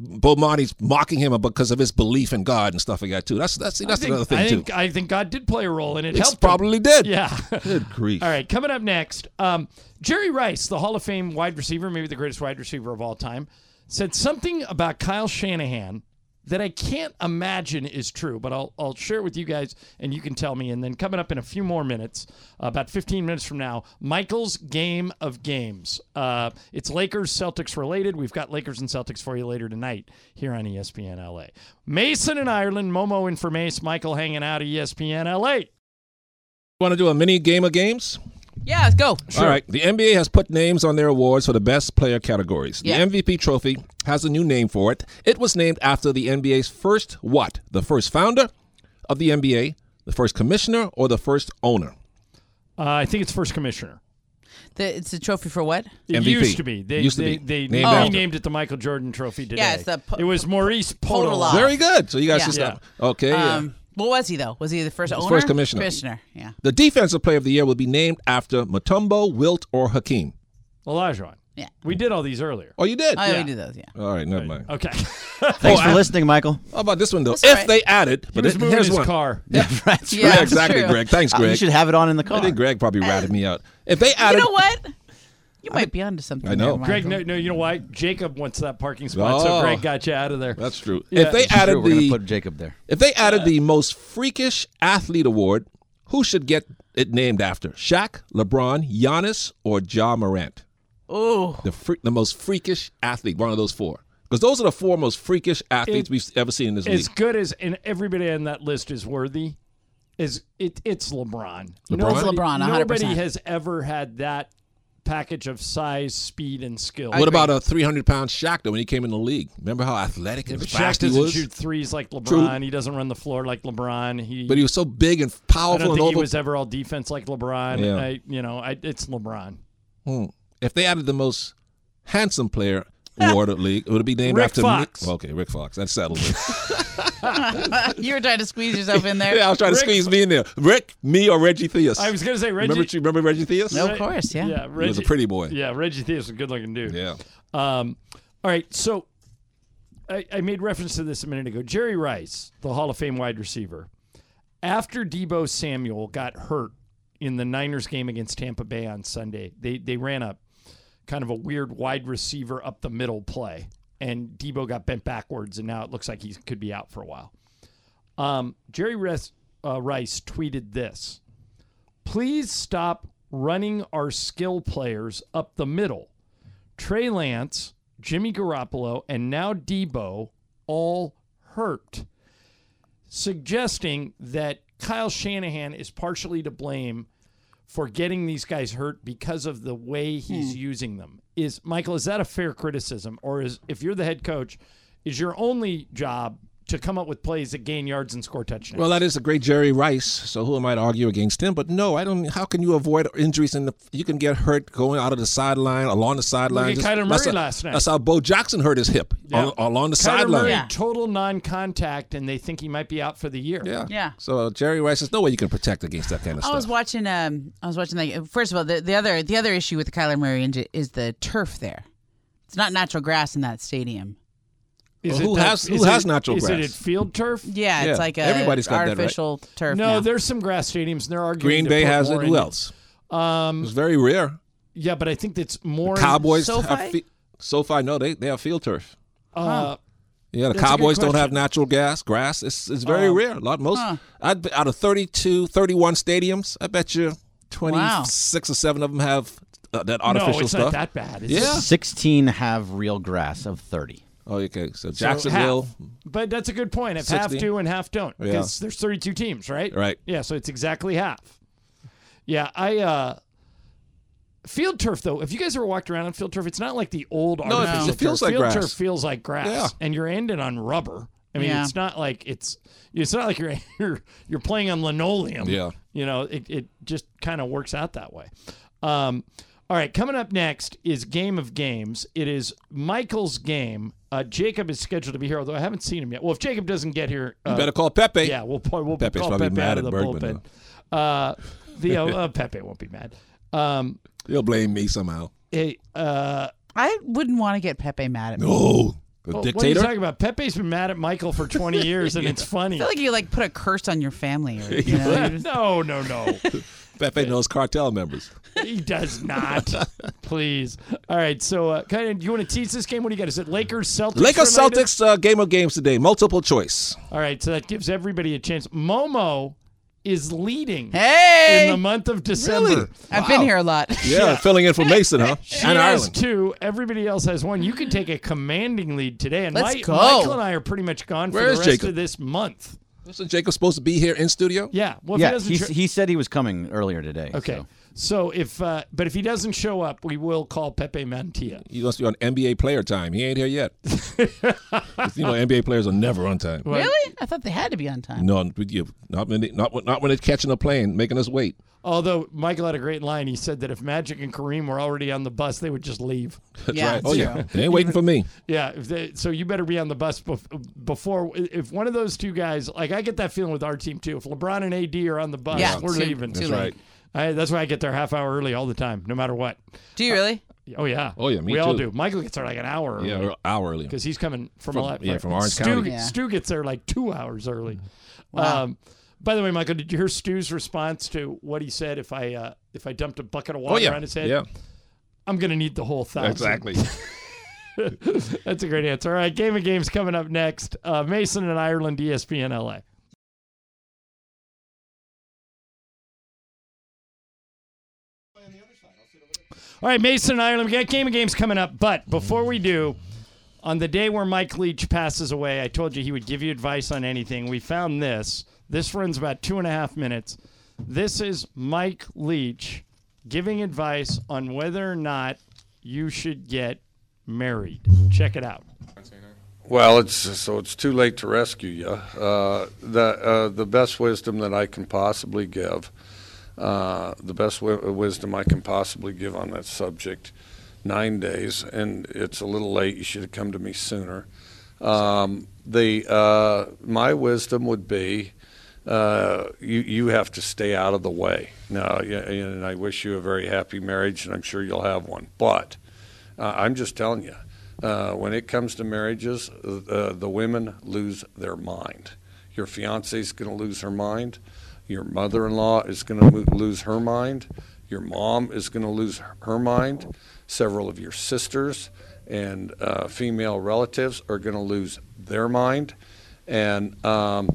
[SPEAKER 5] Bomani's mocking him because of his belief in God and stuff like that too. That's that's see,
[SPEAKER 1] I
[SPEAKER 5] that's
[SPEAKER 1] think,
[SPEAKER 5] another thing
[SPEAKER 1] I
[SPEAKER 5] too.
[SPEAKER 1] think, I think God did play a role, and it
[SPEAKER 5] it's
[SPEAKER 1] helped. him.
[SPEAKER 5] probably dead.
[SPEAKER 1] Yeah.
[SPEAKER 5] Good grief.
[SPEAKER 1] All right, coming up next, um, Jerry Rice, the Hall of Fame wide receiver, maybe the greatest wide receiver of all time, said something about Kyle Shanahan that I can't imagine is true, but I'll, I'll share it with you guys and you can tell me. And then coming up in a few more minutes, uh, about 15 minutes from now, Michael's Game of Games. Uh, it's Lakers Celtics related. We've got Lakers and Celtics for you later tonight here on E ESPN LA. Mason in Ireland, Momo in for Mace, Michael hanging out at E ESPN LA.
[SPEAKER 5] Want to do a mini game of games?
[SPEAKER 3] Yeah, let's go.
[SPEAKER 5] All right. The NBA has put names on their awards for the best player categories.
[SPEAKER 3] Yeah.
[SPEAKER 5] The MVP trophy has a new name for it. It was named after the NBA's first what? The first founder of the NBA, the first commissioner, or the first owner?
[SPEAKER 1] Uh, I think it's first commissioner.
[SPEAKER 3] The, it's a trophy for what?
[SPEAKER 1] It
[SPEAKER 5] MVP.
[SPEAKER 1] used to be. They
[SPEAKER 5] Used to
[SPEAKER 1] they,
[SPEAKER 5] be.
[SPEAKER 1] they
[SPEAKER 5] Named
[SPEAKER 1] named,
[SPEAKER 5] after.
[SPEAKER 1] renamed it the Michael Jordan Trophy today.
[SPEAKER 3] Yeah, it's the Po-
[SPEAKER 1] it was Maurice Podolak.
[SPEAKER 3] Podolak.
[SPEAKER 5] Very good. So you guys
[SPEAKER 3] Yeah.
[SPEAKER 5] just
[SPEAKER 1] Yeah.
[SPEAKER 5] okay. yeah.
[SPEAKER 3] Um, what was he though? Was he the first owner?
[SPEAKER 5] first commissioner.
[SPEAKER 3] Commissioner. Yeah.
[SPEAKER 5] The defensive player of the year will be named after Matumbo, Wilt, or Hakeem.
[SPEAKER 1] Olajuwon.
[SPEAKER 3] Yeah.
[SPEAKER 1] We did all these earlier.
[SPEAKER 5] Oh, you did.
[SPEAKER 3] Oh, yeah. we
[SPEAKER 1] Yeah.
[SPEAKER 3] do those. Yeah.
[SPEAKER 5] All right, never mind.
[SPEAKER 1] Okay. Oh,
[SPEAKER 7] Thanks for listening, Michael.
[SPEAKER 5] How about this one though?
[SPEAKER 3] That's all
[SPEAKER 5] if
[SPEAKER 3] right.
[SPEAKER 5] they added, but
[SPEAKER 1] he was
[SPEAKER 5] it-
[SPEAKER 1] moving
[SPEAKER 5] here's
[SPEAKER 1] his
[SPEAKER 5] one.
[SPEAKER 1] car.
[SPEAKER 7] [LAUGHS] That's Uh,
[SPEAKER 3] Yeah,
[SPEAKER 5] yeah,
[SPEAKER 3] that's
[SPEAKER 5] exactly,
[SPEAKER 3] true.
[SPEAKER 5] Greg. Thanks, Greg.
[SPEAKER 7] You should have it on in the car.
[SPEAKER 5] I think Greg probably ratted me out. If they added,
[SPEAKER 3] You know what? You might be onto something.
[SPEAKER 5] I know.
[SPEAKER 3] there,
[SPEAKER 1] Greg, no,
[SPEAKER 3] Michael.
[SPEAKER 1] no, you know why? Jacob wants that parking spot, so
[SPEAKER 5] Oh.
[SPEAKER 1] Greg got you out of there.
[SPEAKER 5] that's true.
[SPEAKER 1] Yeah.
[SPEAKER 5] If they
[SPEAKER 7] Sure,
[SPEAKER 5] added
[SPEAKER 7] we're gonna
[SPEAKER 5] the
[SPEAKER 7] put Jacob there.
[SPEAKER 5] if they added the most freakish athlete award, who should get it named after? Shaq, LeBron, Giannis, or Ja Morant?
[SPEAKER 3] Ooh.
[SPEAKER 5] The freak, the most freakish athlete, one of those four, because those are the four most freakish athletes
[SPEAKER 1] It-
[SPEAKER 5] we've ever seen in this
[SPEAKER 1] As
[SPEAKER 5] league.
[SPEAKER 1] good as and everybody on that list is worthy. Is it? It's LeBron. LeBron.
[SPEAKER 3] LeBron, 100%.
[SPEAKER 1] Nobody has ever had that package of size, speed, and skill.
[SPEAKER 5] What about a 300 pound Shaq though when he came in the league? Remember how athletic and
[SPEAKER 1] But Shaq
[SPEAKER 5] fast he
[SPEAKER 1] doesn't
[SPEAKER 5] was?
[SPEAKER 1] shoot threes like LeBron. He doesn't run the floor like LeBron. He,
[SPEAKER 5] But he was so big and
[SPEAKER 1] I
[SPEAKER 5] powerful
[SPEAKER 1] don't
[SPEAKER 5] and
[SPEAKER 1] think
[SPEAKER 5] over.
[SPEAKER 1] he was ever all defense like LeBron.
[SPEAKER 5] Yeah.
[SPEAKER 1] I, you know, I, it's LeBron.
[SPEAKER 5] Hmm. If they added the most
[SPEAKER 1] [LAUGHS]
[SPEAKER 5] handsome player award of the league, would it be named
[SPEAKER 1] Rick
[SPEAKER 5] after
[SPEAKER 1] Fox.
[SPEAKER 5] Me? Okay, Rick Fox. That settled [LAUGHS] it.
[SPEAKER 3] [LAUGHS] you were trying to squeeze yourself in [LAUGHS] there.
[SPEAKER 5] yeah, I was trying to
[SPEAKER 1] Rick-
[SPEAKER 5] squeeze me in there. Rick, me, or Reggie Theus.
[SPEAKER 1] I was gonna say Reggie.
[SPEAKER 5] Remember, remember Reggie Theus?
[SPEAKER 3] No, of course. Yeah.
[SPEAKER 1] Yeah, Reggie,
[SPEAKER 5] He was a pretty boy.
[SPEAKER 1] Yeah, Reggie Theus was a good-looking dude.
[SPEAKER 5] Yeah.
[SPEAKER 1] Um, all right, so I, I made reference to this a minute ago. Jerry Rice, the Hall of Fame wide receiver, after Debo Samuel got hurt in the Niners game against Tampa Bay on Sunday, they they ran a kind of a weird wide receiver up the middle play, and Debo got bent backwards, and now it looks like he could be out for a while. Um, Jerry Rice, uh, Rice tweeted this please stop running our skill players up the middle. Trey Lance, Jimmy Garoppolo, and now Debo all hurt, suggesting that Kyle Shanahan is partially to blame for getting these guys hurt because of the way he's
[SPEAKER 5] Hmm.
[SPEAKER 1] using them. Is Michael, is that a fair criticism? Or is if you're the head coach, is your only job to come up with plays that gain yards and score touchdowns?
[SPEAKER 5] Well, that is a great Jerry Rice. So who am I to argue against him? But no, I don't. How can you avoid injuries? And you can get hurt going out of the sideline, along the sideline.
[SPEAKER 1] at
[SPEAKER 5] Just-
[SPEAKER 1] Kyler Murray
[SPEAKER 5] that's
[SPEAKER 1] last night.
[SPEAKER 5] That's how Bo Jackson hurt his hip
[SPEAKER 1] Yeah.
[SPEAKER 5] al- along the
[SPEAKER 1] Kyler
[SPEAKER 5] sideline.
[SPEAKER 1] Murray, total non-contact, and they think he might be out for the year.
[SPEAKER 5] Yeah.
[SPEAKER 3] Yeah.
[SPEAKER 5] So Jerry Rice, there's no way you can protect against that kind of
[SPEAKER 3] I
[SPEAKER 5] stuff.
[SPEAKER 3] was watching. Um, I was watching. Like, first of all, the, the other the other issue with the Kyler Murray injury is the turf there. It's not natural grass in that stadium.
[SPEAKER 1] Is
[SPEAKER 5] Well,
[SPEAKER 1] it
[SPEAKER 5] who
[SPEAKER 1] the-
[SPEAKER 5] has- who
[SPEAKER 1] is
[SPEAKER 5] has
[SPEAKER 1] it-
[SPEAKER 5] natural
[SPEAKER 1] Is it
[SPEAKER 5] grass?
[SPEAKER 1] at field turf?
[SPEAKER 3] Yeah,
[SPEAKER 5] Yeah,
[SPEAKER 3] it's like a
[SPEAKER 5] everybody's got that, right?
[SPEAKER 3] artificial turf.
[SPEAKER 1] No,
[SPEAKER 3] now.
[SPEAKER 1] there's some grass stadiums. and They're arguing.
[SPEAKER 5] Green
[SPEAKER 1] to
[SPEAKER 5] Bay
[SPEAKER 1] put
[SPEAKER 5] has
[SPEAKER 1] more
[SPEAKER 5] it.
[SPEAKER 1] in
[SPEAKER 5] Who else?
[SPEAKER 1] Um,
[SPEAKER 5] It's very rare.
[SPEAKER 1] yeah, but I think that's more
[SPEAKER 5] Cowboys
[SPEAKER 3] SoFi?
[SPEAKER 5] have fi- SoFi. No, they they have field turf.
[SPEAKER 1] Uh,
[SPEAKER 5] Yeah,
[SPEAKER 1] That's
[SPEAKER 5] the
[SPEAKER 1] a good
[SPEAKER 5] Cowboys don't have
[SPEAKER 1] question. Oh.
[SPEAKER 5] natural gas, grass. It's it's very rare. A lot most I'd bet out of 32, 31 stadiums, I bet you 26 or 7 of them have uh, that artificial
[SPEAKER 1] no, it's
[SPEAKER 5] stuff.
[SPEAKER 1] not that bad. It's
[SPEAKER 5] Yeah.
[SPEAKER 1] just-
[SPEAKER 7] 16 have real grass of 30.
[SPEAKER 5] Oh, okay.
[SPEAKER 1] so
[SPEAKER 5] So
[SPEAKER 1] half.
[SPEAKER 5] Jacksonville,
[SPEAKER 1] but that's a good point. If half
[SPEAKER 5] 60.
[SPEAKER 1] do and half don't,
[SPEAKER 5] Yeah.
[SPEAKER 1] because there's 32 teams, right?
[SPEAKER 5] Right.
[SPEAKER 1] Yeah, so it's exactly half. Yeah, I. uh Field turf, though, if you guys ever walked around on field turf, it's not like the old
[SPEAKER 5] it-
[SPEAKER 1] artificial
[SPEAKER 5] it
[SPEAKER 1] turf.
[SPEAKER 5] feels like
[SPEAKER 1] field
[SPEAKER 5] grass.
[SPEAKER 1] turf feels like grass,
[SPEAKER 5] Yeah.
[SPEAKER 1] and you're ending on rubber. I mean,
[SPEAKER 3] Yeah.
[SPEAKER 1] it's not like it's it's not like you're [LAUGHS] you're, you're playing on linoleum.
[SPEAKER 5] Yeah.
[SPEAKER 1] you know, it it just kind of works out that way. Um, All right, coming up next is Game of Games. It is Michael's game. Uh, Jacob is scheduled to be here, although I haven't seen him yet. Well, if Jacob doesn't get here, uh,
[SPEAKER 5] You better call Pepe.
[SPEAKER 1] Yeah, we'll po- we'll
[SPEAKER 5] Pepe's
[SPEAKER 1] call
[SPEAKER 5] probably
[SPEAKER 1] Pepe
[SPEAKER 5] mad
[SPEAKER 1] out of
[SPEAKER 5] at
[SPEAKER 1] the
[SPEAKER 5] Bergman,
[SPEAKER 1] bullpen. Uh, the
[SPEAKER 5] [LAUGHS]
[SPEAKER 1] uh, uh, Pepe won't be mad. Um,
[SPEAKER 5] He'll blame me somehow.
[SPEAKER 1] hey, uh,
[SPEAKER 3] I wouldn't want to get Pepe mad at me.
[SPEAKER 5] Oh, the
[SPEAKER 1] well, what are you
[SPEAKER 5] dictator.
[SPEAKER 1] talking about? Pepe's been mad at Michael for 20 years, and
[SPEAKER 5] [LAUGHS]
[SPEAKER 1] it's funny.
[SPEAKER 3] I feel like you like put a curse on your family. Or,
[SPEAKER 1] [LAUGHS]
[SPEAKER 3] you know, you just-
[SPEAKER 1] no, no, no.
[SPEAKER 5] Pepe knows
[SPEAKER 1] [LAUGHS]
[SPEAKER 5] cartel members.
[SPEAKER 1] He does not.
[SPEAKER 5] [LAUGHS]
[SPEAKER 1] Please. All right. So, uh, kind of, you want to teach this game? What do you got? Is it Lakers Celtics?
[SPEAKER 5] Lakers
[SPEAKER 1] related?
[SPEAKER 5] Celtics uh, game of games today. Multiple choice.
[SPEAKER 1] All right. So that gives everybody a chance. Momo is leading
[SPEAKER 3] hey,
[SPEAKER 1] in the month of December.
[SPEAKER 5] Really?
[SPEAKER 3] I've been here a lot.
[SPEAKER 5] [LAUGHS] Yeah, filling in for Mason, huh?
[SPEAKER 1] [LAUGHS] She
[SPEAKER 5] and
[SPEAKER 1] has
[SPEAKER 5] Ireland.
[SPEAKER 1] two. Everybody else has one. You can take a commanding lead today. And
[SPEAKER 3] Let's
[SPEAKER 1] Mi-
[SPEAKER 3] go.
[SPEAKER 1] Michael and I are pretty much gone for
[SPEAKER 5] Where
[SPEAKER 1] the
[SPEAKER 5] is
[SPEAKER 1] rest
[SPEAKER 5] Jacob?
[SPEAKER 1] of this month.
[SPEAKER 5] Isn't Jacob supposed to be here in studio?
[SPEAKER 1] Yeah. Well, if he
[SPEAKER 7] yeah,
[SPEAKER 1] doesn't
[SPEAKER 7] he,
[SPEAKER 1] tr-
[SPEAKER 7] he said he was coming earlier today.
[SPEAKER 1] okay.
[SPEAKER 7] so.
[SPEAKER 1] So if, uh, but if he doesn't show up, we will call Pepe Mantilla.
[SPEAKER 5] He must be on NBA player time. He ain't here yet.
[SPEAKER 1] [LAUGHS]
[SPEAKER 5] you know, NBA players are never on time.
[SPEAKER 3] Really? I thought they had to be on time.
[SPEAKER 5] No, but you- not when they, not when- not when they're catching a plane, making us wait. [LAUGHS]
[SPEAKER 1] Although Michael had a great line, he said that if Magic and Kareem were already on the bus, they would just leave.
[SPEAKER 5] That's
[SPEAKER 3] Yeah,
[SPEAKER 5] right. Oh
[SPEAKER 3] true.
[SPEAKER 5] yeah, they ain't waiting
[SPEAKER 3] [LAUGHS]
[SPEAKER 5] for me.
[SPEAKER 1] Yeah, if they, so you better be on the bus bef- before if one of those two guys. Like I get that feeling with our team too. If LeBron and AD are on the bus,
[SPEAKER 3] Yeah,
[SPEAKER 1] we're
[SPEAKER 3] too-
[SPEAKER 1] leaving.
[SPEAKER 3] too That's late. right.
[SPEAKER 1] I, that's why I get there half hour early all the time, no matter what.
[SPEAKER 3] Do you really?
[SPEAKER 1] Oh yeah.
[SPEAKER 5] Oh, yeah, me
[SPEAKER 1] we all do.
[SPEAKER 5] too.
[SPEAKER 1] Michael gets there like an hour.
[SPEAKER 5] Yeah,
[SPEAKER 1] early.
[SPEAKER 5] an hour early.
[SPEAKER 1] because he's coming from,
[SPEAKER 5] From-
[SPEAKER 1] a lot.
[SPEAKER 5] yeah, from Orange
[SPEAKER 1] Stu,
[SPEAKER 5] County.
[SPEAKER 3] Yeah. Mm.
[SPEAKER 1] Stu gets there like two hours early. Um, by the way, Michael, did you hear Stu's response to what he said? If I uh, if I dumped a bucket of water
[SPEAKER 5] Oh yeah,
[SPEAKER 1] on his head,
[SPEAKER 5] yeah,
[SPEAKER 1] I'm gonna need the whole thousand.
[SPEAKER 5] exactly.
[SPEAKER 1] [LAUGHS] That's a great answer. All right, game of games coming up next. Uh, Mason and Ireland, ESPN LA. All right, Mason and Ireland, we got game of games coming up. But before we do, on the day where Mike Leach passes away, I told you he would give you advice on anything. We found this. This runs about two and a half minutes. This is Mike Leach giving advice on whether or not you should get married. Check it out.
[SPEAKER 4] Well, it's so it's too late to rescue you. Uh, the uh, the best wisdom that I can possibly give, uh, the best w- wisdom I can possibly give on that subject, nine days, and it's a little late. You should have come to me sooner. Um, the uh, my wisdom would be, uh, you you have to stay out of the way. Now, y- and I wish you a very happy marriage, and I'm sure you'll have one. But uh, I'm just telling you, uh, when it comes to marriages, uh, the women lose their mind. Your fiance is going to lose her mind. Your mother in law is going to lose her mind. Your mom is going to lose her mind. Several of your sisters and uh, female relatives are going to lose their mind. And, um,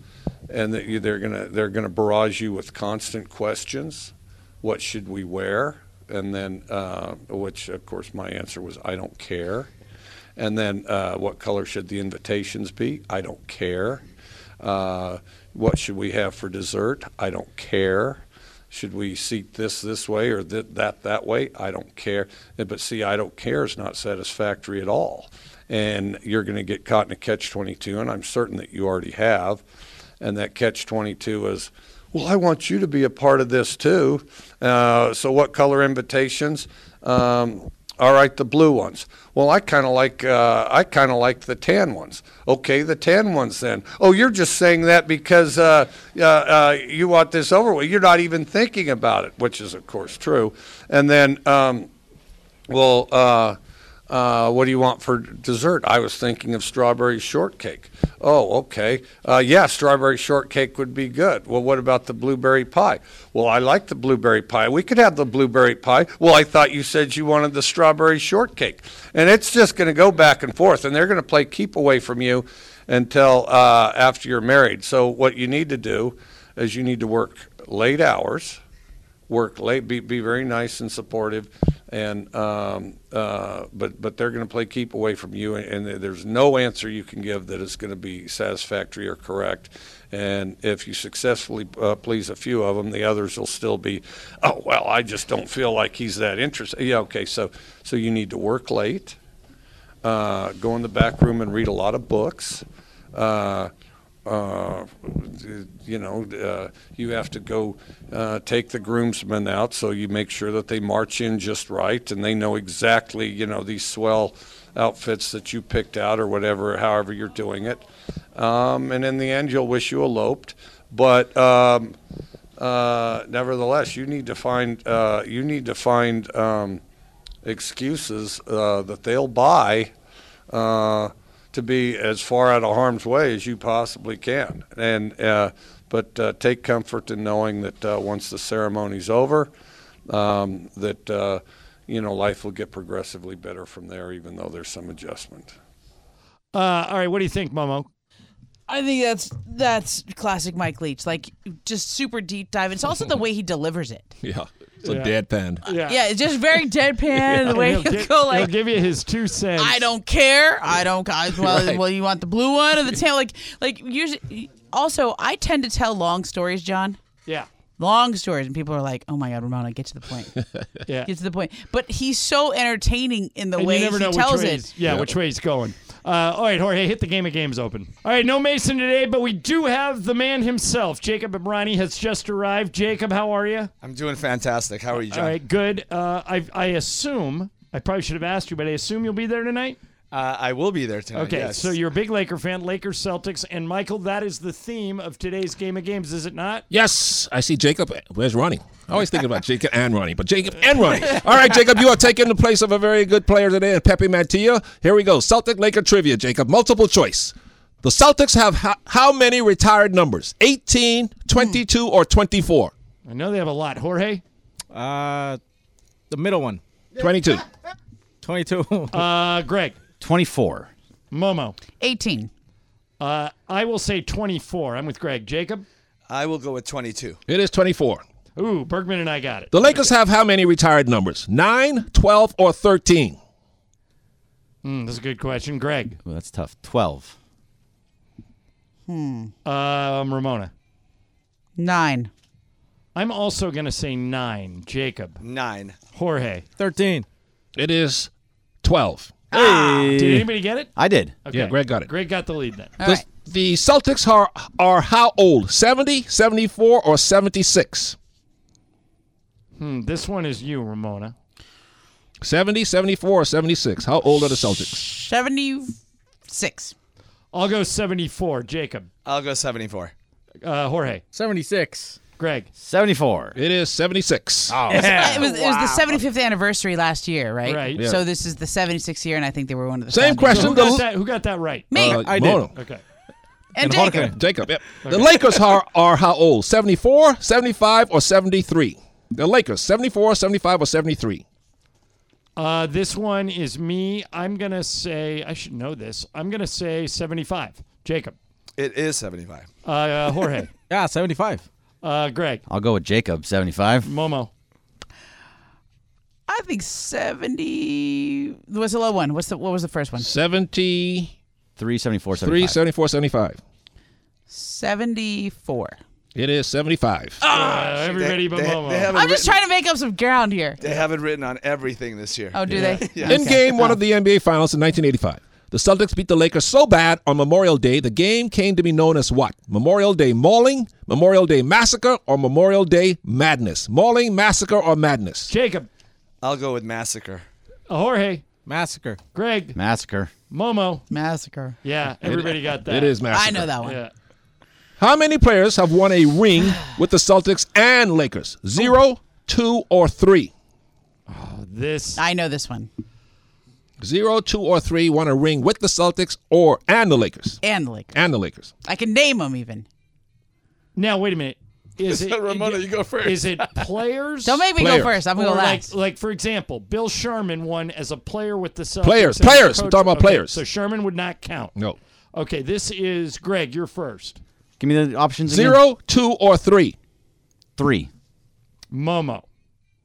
[SPEAKER 4] and that you- they're going to they're going to barrage you with constant questions what should we wear? And then, uh, which of course my answer was, I don't care. And then, uh, what color should the invitations be? I don't care. Uh, what should we have for dessert? I don't care. Should we seat this this way or that that, that way? I don't care. Uh, But see, I don't care is not satisfactory at all. And you're going to get caught in a catch 22, and I'm certain that you already have and that catch 22 is well i want you to be a part of this too uh, so what color invitations um, all right the blue ones well i kind of like uh, i kind of like the tan ones okay the tan ones then oh you're just saying that because uh, uh, uh, you want this over with you're not even thinking about it which is of course true and then um, well, uh, uh, what do you want for dessert? I was thinking of strawberry shortcake. Oh, okay. Uh, yeah, strawberry shortcake would be good. Well, what about the blueberry pie? Well, I like the blueberry pie. We could have the blueberry pie. Well, I thought you said you wanted the strawberry shortcake. And it's just going to go back and forth, and they're going to play keep away from you until uh, after you're married. So, what you need to do is you need to work late hours work late, be, be very nice and supportive, and um, uh, but but they're going to play keep away from you, and, and there's no answer you can give that is going to be satisfactory or correct. And if you successfully uh, please a few of them, the others will still be, oh well, I just don't feel like he's that interested. Yeah, okay, so so you need to work late uh, go in the back room and read a lot of books. Uh, uh, you know, uh, you have to go uh, take the groomsmen out, so you make sure that they march in just right and they know exactly, you know, these swell outfits that you picked out or whatever, however you're doing it. Um, and in the end, you'll wish you eloped. But um, uh, nevertheless, you need to find uh, you need to find um, excuses uh, that they'll buy uh, to be as far out of harm's way as you possibly can. And uh, but uh, take comfort in knowing that uh, once the ceremony's over, um, that uh, you know life will get progressively better from there, even though there's some adjustment.
[SPEAKER 1] Uh, all right, what do you think, Momo?
[SPEAKER 3] I think that's that's classic Mike Leach. Like just super deep dive. It's also the way he delivers it.
[SPEAKER 5] Yeah. So
[SPEAKER 1] Yeah.
[SPEAKER 5] deadpan.
[SPEAKER 3] Yeah, it's
[SPEAKER 1] [LAUGHS]
[SPEAKER 3] just very deadpan the way
[SPEAKER 1] He'll
[SPEAKER 3] he'll
[SPEAKER 1] gi-
[SPEAKER 3] go
[SPEAKER 1] he'll
[SPEAKER 3] like
[SPEAKER 1] give you his two cents.
[SPEAKER 3] I don't care. I
[SPEAKER 1] [LAUGHS]
[SPEAKER 3] don't. I, well,
[SPEAKER 5] Right.
[SPEAKER 3] well, you want the blue one or the tail? Like, like usually. Also, I tend to tell long stories, John.
[SPEAKER 1] Yeah,
[SPEAKER 3] Long stories, and people are like, "Oh my God, Ramona, get to the point.
[SPEAKER 1] [LAUGHS] yeah.
[SPEAKER 3] Get to the point." But he's so entertaining in the
[SPEAKER 1] And
[SPEAKER 3] way
[SPEAKER 1] you never
[SPEAKER 3] he
[SPEAKER 1] know which
[SPEAKER 3] tells
[SPEAKER 1] way he's-
[SPEAKER 3] it.
[SPEAKER 1] Yeah, which way he's going. Uh, all right, Jorge, hit the game of games open. All right, no Mason today, but we do have the man himself. Jacob Abrani has just arrived. Jacob, how are you?
[SPEAKER 7] I'm doing fantastic. How are you, John?
[SPEAKER 1] All right, good. Uh, I I assume I probably should have asked you, but I assume you'll be there tonight.
[SPEAKER 7] Uh, I will be there tonight.
[SPEAKER 1] Okay,
[SPEAKER 7] yes.
[SPEAKER 1] so you're a big Laker fan, Lakers, Celtics, and Michael. That is the theme of today's game of games, is it not?
[SPEAKER 5] Yes, I see Jacob. Where's Ronnie? I always think about Jacob and Ronnie, but Jacob and Ronnie. All right, Jacob, you are taking the place of a very good player today, Pepe Mantilla. Here we go. Celtic Laker trivia, Jacob. Multiple choice. The Celtics have how, how many retired numbers? 18, 22, or 24?
[SPEAKER 1] I know they have a lot. Jorge,
[SPEAKER 8] Uh, the middle one.
[SPEAKER 5] 22.
[SPEAKER 8] [LAUGHS] 22.
[SPEAKER 1] uh, Greg,
[SPEAKER 7] 24.
[SPEAKER 1] Momo.
[SPEAKER 3] Eighteen.
[SPEAKER 1] Uh, I will say 24. I'm with Greg. Jacob.
[SPEAKER 8] I will go with 22.
[SPEAKER 5] It is 24.
[SPEAKER 1] Ooh, Bergman and I got it.
[SPEAKER 5] The Lakers have how many retired numbers? 9, 12, or 13?
[SPEAKER 1] Mm, that's a good question, Greg.
[SPEAKER 7] Ooh, that's tough. 12.
[SPEAKER 1] Um, Ramona.
[SPEAKER 3] Hmm. Nine.
[SPEAKER 1] I'm also going to say nine. Jacob.
[SPEAKER 8] 9.
[SPEAKER 1] Jorge.
[SPEAKER 8] 13.
[SPEAKER 5] It is 12.
[SPEAKER 1] Ah! Did anybody get it?
[SPEAKER 7] I did.
[SPEAKER 1] Okay.
[SPEAKER 5] Yeah, Greg got it.
[SPEAKER 1] Greg got the lead then.
[SPEAKER 3] All
[SPEAKER 5] the,
[SPEAKER 3] right.
[SPEAKER 5] the Celtics are, are how old? 70, 74, or 76?
[SPEAKER 1] Hmm, this one is you, Ramona.
[SPEAKER 5] 70, 74, or 76. How old are the Celtics?
[SPEAKER 3] Seventy-six.
[SPEAKER 1] I'll go 74. Jacob.
[SPEAKER 8] I'll go 74.
[SPEAKER 1] Uh, Jorge.
[SPEAKER 8] 76.
[SPEAKER 1] Greg.
[SPEAKER 7] 74.
[SPEAKER 5] It is 76.
[SPEAKER 3] It was, it was the seventy-fifth anniversary last year, right?
[SPEAKER 1] Right. Yeah.
[SPEAKER 3] So this is the seventy-sixth year, and I think they were one of the founding-
[SPEAKER 5] Same question.
[SPEAKER 1] Who
[SPEAKER 5] The,
[SPEAKER 1] got that, who got that right?
[SPEAKER 3] Me
[SPEAKER 5] uh,
[SPEAKER 8] I did.
[SPEAKER 5] Mono.
[SPEAKER 1] Okay.
[SPEAKER 3] and
[SPEAKER 8] Harkin.
[SPEAKER 3] Jacob.
[SPEAKER 5] Jacob. Yep. The Lakers are, are how old? 74, 75, or 73? The Lakers, 74, 75, or 73?
[SPEAKER 1] Uh, this one is me. I'm going to say, I should know this. I'm going to say 75. Jacob.
[SPEAKER 8] It is 75.
[SPEAKER 1] Uh, uh, Jorge.
[SPEAKER 8] [LAUGHS] Yeah, 75. [LAUGHS]
[SPEAKER 1] uh, Greg.
[SPEAKER 7] I'll go with Jacob, 75.
[SPEAKER 1] Momo.
[SPEAKER 3] I think seventy. What's the low one? What's the what was the first one?
[SPEAKER 5] 73,
[SPEAKER 7] 374, 75.
[SPEAKER 5] 74, 75.
[SPEAKER 3] Seventy-four.
[SPEAKER 5] It is 75.
[SPEAKER 8] Ah!
[SPEAKER 1] Uh, everybody but Momo.
[SPEAKER 3] I'm just trying to make up some ground here.
[SPEAKER 8] They haven't written on everything this year.
[SPEAKER 3] Oh,
[SPEAKER 8] [LAUGHS]
[SPEAKER 3] do they?
[SPEAKER 5] In game one of the NBA Finals in 1985, the Celtics beat the Lakers so bad on Memorial Day, the game came to be known as what? Memorial Day Mauling, Memorial Day Massacre, or Memorial Day Madness? Mauling, Massacre, or Madness?
[SPEAKER 1] Jacob.
[SPEAKER 8] I'll go with Massacre.
[SPEAKER 1] Uh, Jorge.
[SPEAKER 8] Massacre.
[SPEAKER 1] Greg.
[SPEAKER 7] Massacre.
[SPEAKER 1] Momo.
[SPEAKER 3] Massacre.
[SPEAKER 1] Yeah, everybody got that.
[SPEAKER 5] It is Massacre.
[SPEAKER 3] I know that one.
[SPEAKER 1] Yeah.
[SPEAKER 5] How many players have won a ring with the Celtics and Lakers? Zero, two, or three?
[SPEAKER 1] This
[SPEAKER 3] I know this one.
[SPEAKER 5] Zero, two, or three won a ring with the Celtics or and the Lakers.
[SPEAKER 3] And like
[SPEAKER 5] And the Lakers.
[SPEAKER 3] I can name them even.
[SPEAKER 1] now. Wait a minute. Is it
[SPEAKER 8] Ramona, you go first.
[SPEAKER 1] Is it players?
[SPEAKER 3] [LAUGHS] Don't make me
[SPEAKER 5] Players.
[SPEAKER 3] go first. I'm
[SPEAKER 1] or
[SPEAKER 3] gonna go
[SPEAKER 1] like,
[SPEAKER 3] last.
[SPEAKER 1] like for example, Bill Sherman won as a player with the Celtics.
[SPEAKER 5] Players,
[SPEAKER 1] and
[SPEAKER 5] players.
[SPEAKER 1] coach-
[SPEAKER 5] We're talking about
[SPEAKER 1] okay,
[SPEAKER 5] players.
[SPEAKER 1] So Sherman would not count.
[SPEAKER 5] No.
[SPEAKER 1] Okay, this is Greg. You're first.
[SPEAKER 7] Give me the options again.
[SPEAKER 5] Zero, two, or three?
[SPEAKER 7] Three.
[SPEAKER 1] Momo.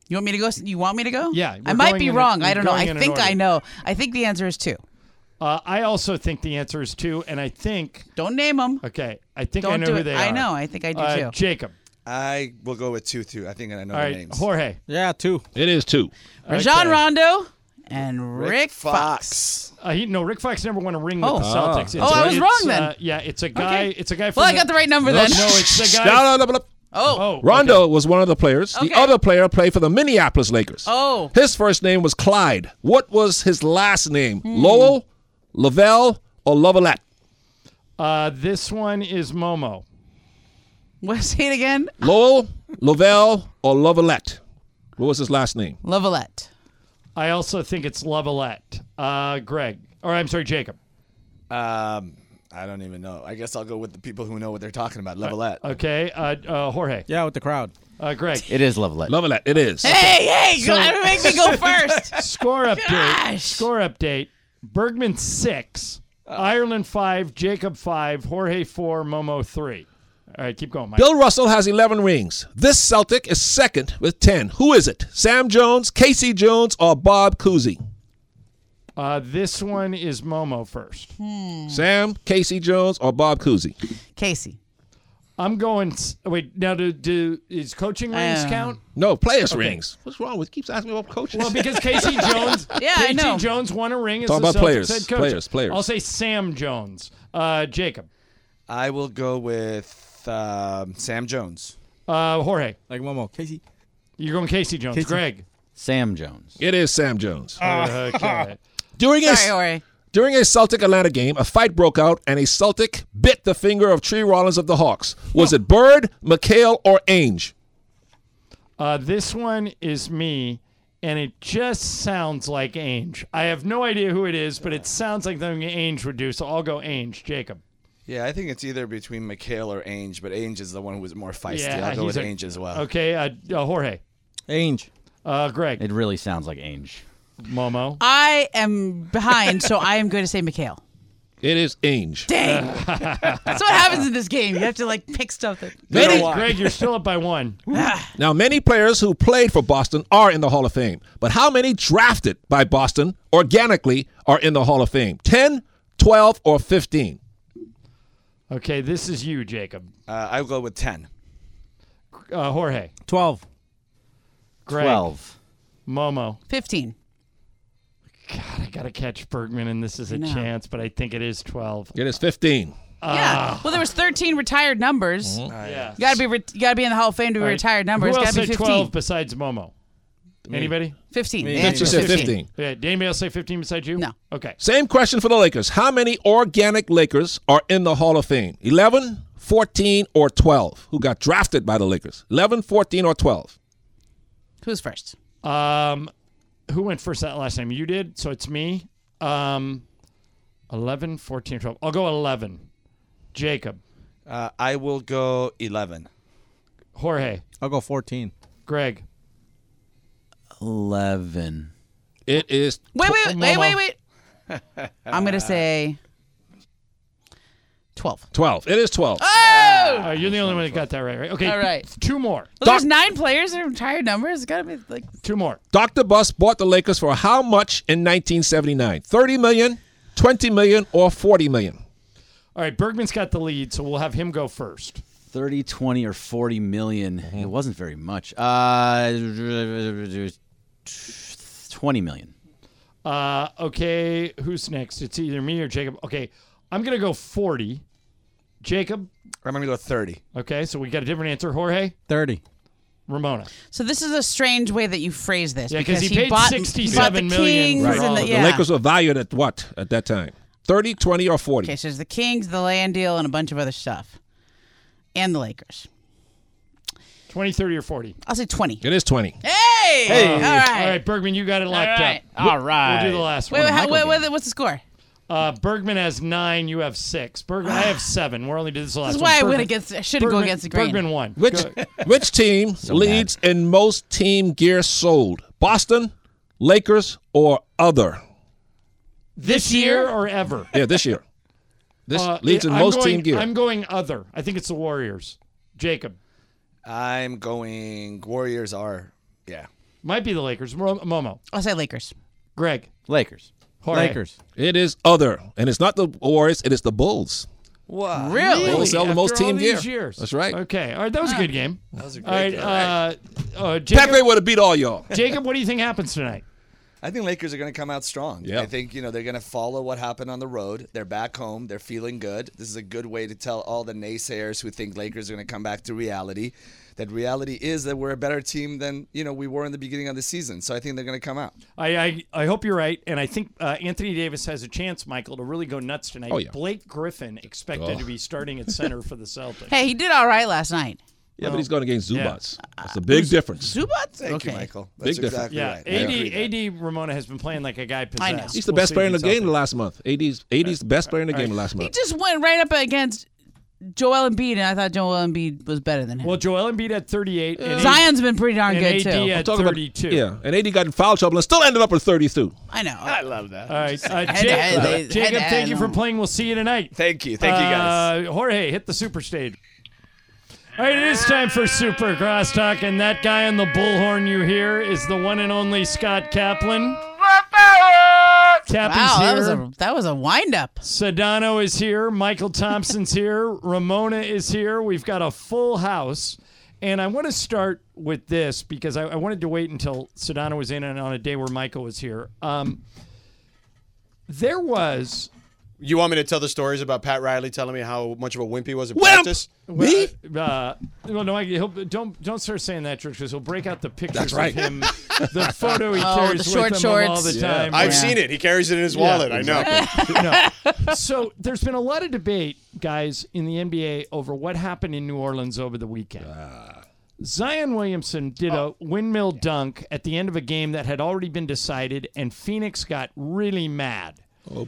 [SPEAKER 3] you want me to go? You want me to go?
[SPEAKER 1] Yeah, we're
[SPEAKER 3] I might
[SPEAKER 1] going
[SPEAKER 3] be
[SPEAKER 1] in a-
[SPEAKER 3] wrong. I
[SPEAKER 1] we're
[SPEAKER 3] don't know.
[SPEAKER 1] going
[SPEAKER 3] I
[SPEAKER 1] in an
[SPEAKER 3] think
[SPEAKER 1] order.
[SPEAKER 3] I know. I think the answer is two.
[SPEAKER 1] Uh, I also think the answer is two, and I think
[SPEAKER 3] Don't name them.
[SPEAKER 1] okay, I think I
[SPEAKER 3] Don't
[SPEAKER 1] know
[SPEAKER 3] do
[SPEAKER 1] who
[SPEAKER 3] it.
[SPEAKER 1] they are.
[SPEAKER 3] I know. I think I do
[SPEAKER 1] Uh,
[SPEAKER 3] too.
[SPEAKER 1] Jacob.
[SPEAKER 8] I will go with 2 2. I think I know
[SPEAKER 1] All
[SPEAKER 8] the
[SPEAKER 1] right,
[SPEAKER 8] names.
[SPEAKER 1] Jorge.
[SPEAKER 8] Yeah, 2.
[SPEAKER 5] It is two.
[SPEAKER 3] Rajon Rondo and Rick, Fox.
[SPEAKER 8] Fox.
[SPEAKER 1] Uh, he, no, Rick Fox never won a ring with
[SPEAKER 3] Oh.
[SPEAKER 1] the Celtics.
[SPEAKER 3] Ah. Oh, I was
[SPEAKER 1] it's,
[SPEAKER 3] wrong then.
[SPEAKER 1] uh, yeah, it's a guy.
[SPEAKER 3] Okay.
[SPEAKER 1] It's a guy. From
[SPEAKER 3] Well, I got the right number
[SPEAKER 1] no,
[SPEAKER 3] then.
[SPEAKER 1] No, it's a guy.
[SPEAKER 5] No, no, no, no.
[SPEAKER 3] Oh.
[SPEAKER 5] Rondo was one of the players.
[SPEAKER 3] Okay.
[SPEAKER 5] The other player played for the Minneapolis Lakers.
[SPEAKER 3] Oh.
[SPEAKER 5] His first name was Clyde. What was his last name?
[SPEAKER 3] Hmm.
[SPEAKER 5] Lowell, Lavelle, or Lovellette?
[SPEAKER 1] Uh, this one is Momo.
[SPEAKER 3] What, say it again.
[SPEAKER 5] Lowell, Lavelle, or Lovellette? What was his last name?
[SPEAKER 3] Lavalette.
[SPEAKER 1] I also think it's Lavalette. Uh, Greg, or I'm sorry, Jacob.
[SPEAKER 8] Um, I don't even know. I guess I'll go with the people who know what they're talking about. Levelette.
[SPEAKER 1] Okay, uh, uh, Jorge.
[SPEAKER 7] Yeah, with the crowd.
[SPEAKER 1] Uh, Greg.
[SPEAKER 7] It is Levelette.
[SPEAKER 5] Levelette, it is.
[SPEAKER 3] Hey, hey,
[SPEAKER 1] So-
[SPEAKER 3] gotta make
[SPEAKER 1] [LAUGHS]
[SPEAKER 3] me go first.
[SPEAKER 1] Score update. Score update. Bergman six,
[SPEAKER 7] Oh.
[SPEAKER 1] Ireland five, Jacob five, Jorge four, Momo three. All right, keep going, Mike.
[SPEAKER 5] Bill Russell has 11 rings. This Celtic is second with 10. Who is it? Sam Jones, Casey Jones, or Bob Cousy?
[SPEAKER 1] Uh, this one is Momo first.
[SPEAKER 3] Hmm.
[SPEAKER 5] Sam, Casey Jones, or Bob Cousy?
[SPEAKER 3] Casey.
[SPEAKER 1] I'm going. s- Wait, now do, do is coaching rings
[SPEAKER 3] Uh,
[SPEAKER 1] count?
[SPEAKER 5] No, players'
[SPEAKER 1] Okay.
[SPEAKER 5] rings. What's wrong with keeps asking me about coaches?
[SPEAKER 1] Well, because
[SPEAKER 5] [LAUGHS]
[SPEAKER 1] Casey Jones,
[SPEAKER 3] [LAUGHS] Yeah, I
[SPEAKER 1] Casey
[SPEAKER 3] know.
[SPEAKER 1] Jones won a ring. As
[SPEAKER 5] Talk
[SPEAKER 1] the
[SPEAKER 5] about
[SPEAKER 1] Celtics
[SPEAKER 5] players,
[SPEAKER 1] head coach.
[SPEAKER 5] players, players.
[SPEAKER 1] I'll say Sam Jones. Uh, Jacob,
[SPEAKER 8] I will go with um, Sam Jones.
[SPEAKER 1] uh, Jorge,
[SPEAKER 7] Like Momo, Casey.
[SPEAKER 1] you're going Casey Jones.
[SPEAKER 7] Casey.
[SPEAKER 1] Greg,
[SPEAKER 7] Sam Jones.
[SPEAKER 5] It is Sam Jones.
[SPEAKER 1] [LAUGHS] okay.
[SPEAKER 5] During a
[SPEAKER 3] Sorry, Ori.
[SPEAKER 5] During a Celtic Atlanta game, a fight broke out and a Celtic bit the finger of Tree Rollins of the Hawks. Was it Bird, McHale, or Ainge?
[SPEAKER 1] Uh, this one is me, and it just sounds like Ainge. I have no idea who it is, but it sounds like something Ainge would do. So I'll go Ainge. Jacob.
[SPEAKER 8] Yeah, I think it's either between McHale or Ainge, but Ainge is the one who was more feisty.
[SPEAKER 1] Yeah,
[SPEAKER 8] I'll go with
[SPEAKER 1] he's a-
[SPEAKER 8] Ainge as well.
[SPEAKER 1] Okay, uh, uh, Jorge,
[SPEAKER 7] Ainge.
[SPEAKER 1] uh, Greg,
[SPEAKER 7] It really sounds like Ainge.
[SPEAKER 1] Momo.
[SPEAKER 3] I am behind, so I am going to say Mikhail.
[SPEAKER 5] It is Ainge.
[SPEAKER 3] Dang. That's what happens in this game. You have to like pick stuff. That...
[SPEAKER 5] Many-
[SPEAKER 1] Greg, you're still up by
[SPEAKER 3] [LAUGHS]
[SPEAKER 1] one.
[SPEAKER 3] Ah.
[SPEAKER 5] now, many players who played for Boston are in the Hall of Fame, but how many drafted by Boston organically are in the Hall of Fame? 10, 12, or 15?
[SPEAKER 1] [LAUGHS] Okay, this is you, Jacob.
[SPEAKER 8] Uh, I'll go with 10.
[SPEAKER 1] Uh, Jorge,
[SPEAKER 7] 12.
[SPEAKER 1] Greg,
[SPEAKER 7] 12.
[SPEAKER 1] Momo.
[SPEAKER 3] 15.
[SPEAKER 1] God, I gotta catch Bergman, and this is a
[SPEAKER 3] know.
[SPEAKER 1] chance, but I think it is twelve. Uh,
[SPEAKER 5] It is 15.
[SPEAKER 1] Ah.
[SPEAKER 3] yeah. Well, there was 13 retired numbers.
[SPEAKER 1] Yeah,
[SPEAKER 3] You gotta be re- you gotta be in the Hall of Fame to be
[SPEAKER 1] Mm-hmm. All right.
[SPEAKER 3] retired number.
[SPEAKER 1] Who
[SPEAKER 3] It's
[SPEAKER 1] else
[SPEAKER 3] gotta be
[SPEAKER 1] said
[SPEAKER 3] 15.
[SPEAKER 1] twelve besides Momo? Anybody?
[SPEAKER 3] 15.
[SPEAKER 7] Me.
[SPEAKER 3] Yeah,
[SPEAKER 7] That's
[SPEAKER 5] You said
[SPEAKER 3] 15.
[SPEAKER 5] 15.
[SPEAKER 1] Yeah, did anybody else say fifteen besides you?
[SPEAKER 3] No.
[SPEAKER 1] Okay.
[SPEAKER 5] Same question for the Lakers. How many organic Lakers are in the Hall of Fame? 11, 14, or 12? Who got drafted by the Lakers? 11, 14, or 12?
[SPEAKER 3] Who's first?
[SPEAKER 1] Um, who went first that last time? You did, so it's me. Um, 11, 14, 12. I'll go 11. Jacob,
[SPEAKER 8] Uh, I will go 11.
[SPEAKER 1] Jorge,
[SPEAKER 7] I'll go 14.
[SPEAKER 1] Greg.
[SPEAKER 7] 11.
[SPEAKER 5] It is
[SPEAKER 3] Wait, wait,
[SPEAKER 1] Momo.
[SPEAKER 3] wait, wait, wait. I'm gonna say 12.
[SPEAKER 5] 12. It is 12.
[SPEAKER 1] Uh, you're the only one that got that right, right? Okay.
[SPEAKER 3] Ah! All right.
[SPEAKER 1] Two more.
[SPEAKER 3] Well, there's nine players that are retired numbers. It's gotta be like
[SPEAKER 1] Two more.
[SPEAKER 5] Dr. Buss bought the Lakers for how much in 1979? 30 million, 20 million, or 40 million?
[SPEAKER 1] All right. Bergman's got the lead, so we'll have him go first.
[SPEAKER 7] 30, 20, or 40 million.
[SPEAKER 3] Mm-hmm.
[SPEAKER 7] It wasn't very much. Uh, 20 million.
[SPEAKER 1] Uh, okay. Who's next? It's either me or Jacob. Okay. I'm going to go 40. Jacob.
[SPEAKER 8] I'm going to go 30.
[SPEAKER 1] Okay. So we got a different answer. Jorge,
[SPEAKER 7] 30.
[SPEAKER 1] Ramona.
[SPEAKER 3] So this is a strange way that you phrase this.
[SPEAKER 1] Yeah, 'cause
[SPEAKER 3] because
[SPEAKER 1] he paid
[SPEAKER 3] bought, he bought the
[SPEAKER 1] 67 million
[SPEAKER 3] Kings
[SPEAKER 1] for all
[SPEAKER 3] and the,
[SPEAKER 1] of
[SPEAKER 3] yeah.
[SPEAKER 5] The Lakers were valued at what at that time? 30, 20, or 40?
[SPEAKER 3] Okay, so there's the Kings, the land deal, and a bunch of other stuff, and the Lakers.
[SPEAKER 1] 20, 30, or 40.
[SPEAKER 3] I'll say 20.
[SPEAKER 5] It is 20.
[SPEAKER 3] Hey! All
[SPEAKER 1] All
[SPEAKER 3] right.
[SPEAKER 1] right. Bergman, you got it locked
[SPEAKER 3] right.
[SPEAKER 1] up.
[SPEAKER 7] All right.
[SPEAKER 1] We'll do the last
[SPEAKER 3] Wait,
[SPEAKER 1] one.
[SPEAKER 3] wait, how, wait, wait, what's the score?
[SPEAKER 1] Uh, Bergman has nine. You have six. Bergman, I
[SPEAKER 3] [SIGHS]
[SPEAKER 1] have seven. We're only doing this last.
[SPEAKER 3] This is
[SPEAKER 1] one.
[SPEAKER 3] why I
[SPEAKER 1] Bergman-
[SPEAKER 3] went against. I shouldn't go
[SPEAKER 1] Bergman-
[SPEAKER 3] against the grain.
[SPEAKER 1] Bergman won.
[SPEAKER 5] Which
[SPEAKER 1] Go- [LAUGHS]
[SPEAKER 5] which team leads in most team gear sold? Boston, Lakers, or other?
[SPEAKER 1] this year or ever?
[SPEAKER 5] Yeah, this year. This
[SPEAKER 1] Uh,
[SPEAKER 5] leads in
[SPEAKER 1] I'm
[SPEAKER 5] most
[SPEAKER 1] going,
[SPEAKER 5] team gear.
[SPEAKER 1] I'm going other. I think it's the Warriors. Jacob
[SPEAKER 8] I'm going Warriors are. Yeah.
[SPEAKER 1] might be the Lakers. Mo- Momo,
[SPEAKER 3] I'll say Lakers.
[SPEAKER 1] Greg,
[SPEAKER 7] Lakers.
[SPEAKER 1] [LAUGHS] Jorge.
[SPEAKER 7] Lakers.
[SPEAKER 5] it is other, and it's not the Warriors. It is the Bulls.
[SPEAKER 8] Wow.
[SPEAKER 3] Really?
[SPEAKER 5] Bulls sell the
[SPEAKER 1] After
[SPEAKER 5] most
[SPEAKER 1] all
[SPEAKER 5] team gear.
[SPEAKER 1] these years.
[SPEAKER 5] That's right.
[SPEAKER 1] Okay. All right. That was a
[SPEAKER 3] Ah.
[SPEAKER 1] good game. That was a great game. Uh, uh,
[SPEAKER 5] Pepe
[SPEAKER 1] Jacob,
[SPEAKER 5] would have beat all y'all.
[SPEAKER 1] Jacob, what do you think happens tonight?
[SPEAKER 8] I think Lakers are going to come out strong.
[SPEAKER 5] Yeah.
[SPEAKER 8] I think you know they're going to follow what happened on the road. They're back home. They're feeling good. This is a good way to tell all the naysayers who think Lakers are going to come back to reality that reality is that we're a better team than you know we were in the beginning of the season. So I think they're going to come out.
[SPEAKER 1] I, I I hope you're right, and I think uh, Anthony Davis has a chance, Michael, to really go nuts tonight.
[SPEAKER 8] Oh, yeah.
[SPEAKER 1] Blake Griffin expected
[SPEAKER 5] Oh.
[SPEAKER 1] to be starting at center for the Celtics.
[SPEAKER 3] Hey, he did all right last night.
[SPEAKER 5] Yeah, but he's going against
[SPEAKER 1] Yeah.
[SPEAKER 5] Zubats. That's a big difference.
[SPEAKER 3] Zubats?
[SPEAKER 8] Thank you, Michael.
[SPEAKER 5] Big difference.
[SPEAKER 1] yeah, AD AD Ramona has been playing like a guy possessed.
[SPEAKER 5] He's the
[SPEAKER 1] We'll
[SPEAKER 5] best
[SPEAKER 1] see
[SPEAKER 5] player in the
[SPEAKER 1] if he's
[SPEAKER 5] game the
[SPEAKER 1] healthy.
[SPEAKER 5] last month. AD's AD's the best player in the game the last
[SPEAKER 3] He
[SPEAKER 5] month.
[SPEAKER 3] just went right up against Joel Embiid, and I thought Joel Embiid was better than him.
[SPEAKER 1] Well, Joel Embiid had 38. and
[SPEAKER 3] Zion's been pretty darn
[SPEAKER 1] and
[SPEAKER 3] good
[SPEAKER 1] AD
[SPEAKER 3] too.
[SPEAKER 1] had
[SPEAKER 5] I'm talking about-
[SPEAKER 1] 32.
[SPEAKER 5] yeah, and AD got in foul trouble and still ended up with 32.
[SPEAKER 3] I know.
[SPEAKER 8] I love that.
[SPEAKER 1] All right, uh,
[SPEAKER 3] Had to-
[SPEAKER 1] Jacob,
[SPEAKER 3] had to-
[SPEAKER 1] Jacob,
[SPEAKER 3] had to-
[SPEAKER 1] thank you for playing. We'll see you tonight.
[SPEAKER 8] Thank you. Thank you, guys.
[SPEAKER 1] Uh, Jorge, hit the super stage. All right, it is time for Super Crosstalk, and that guy on the bullhorn you hear is the one and only Scott Kaplan. Kaplan's
[SPEAKER 3] Wow,
[SPEAKER 1] here.
[SPEAKER 3] that was a that was a wind up.
[SPEAKER 1] Sedano is here. Michael
[SPEAKER 3] [LAUGHS]
[SPEAKER 1] Thompson's here. Ramona is here. We've got a full house. And I want to start with this because I, I wanted to wait until Sedano was in and on a day where Michael was here. Um, there was.
[SPEAKER 11] You want me to tell the stories about Pat Riley telling me how much of a wimp he was in practice?
[SPEAKER 1] Me? Uh, well, no, I, he'll, don't don't start saying that, Trish, because he'll break out the pictures
[SPEAKER 11] That's right.
[SPEAKER 1] of
[SPEAKER 11] [LAUGHS]
[SPEAKER 1] him. The photo he
[SPEAKER 11] Oh,
[SPEAKER 1] carries
[SPEAKER 11] the short
[SPEAKER 1] with him of all the
[SPEAKER 11] shorts. Yeah.
[SPEAKER 1] time.
[SPEAKER 11] I've seen it. He carries it in his wallet. I know. [LAUGHS]
[SPEAKER 1] no. So there's been a lot of debate, guys, in the NBA over what happened in New Orleans over the weekend.
[SPEAKER 11] Ah.
[SPEAKER 1] Zion Williamson did
[SPEAKER 11] Oh.
[SPEAKER 1] a windmill dunk at the end of a game that had already been decided, and Phoenix got really mad.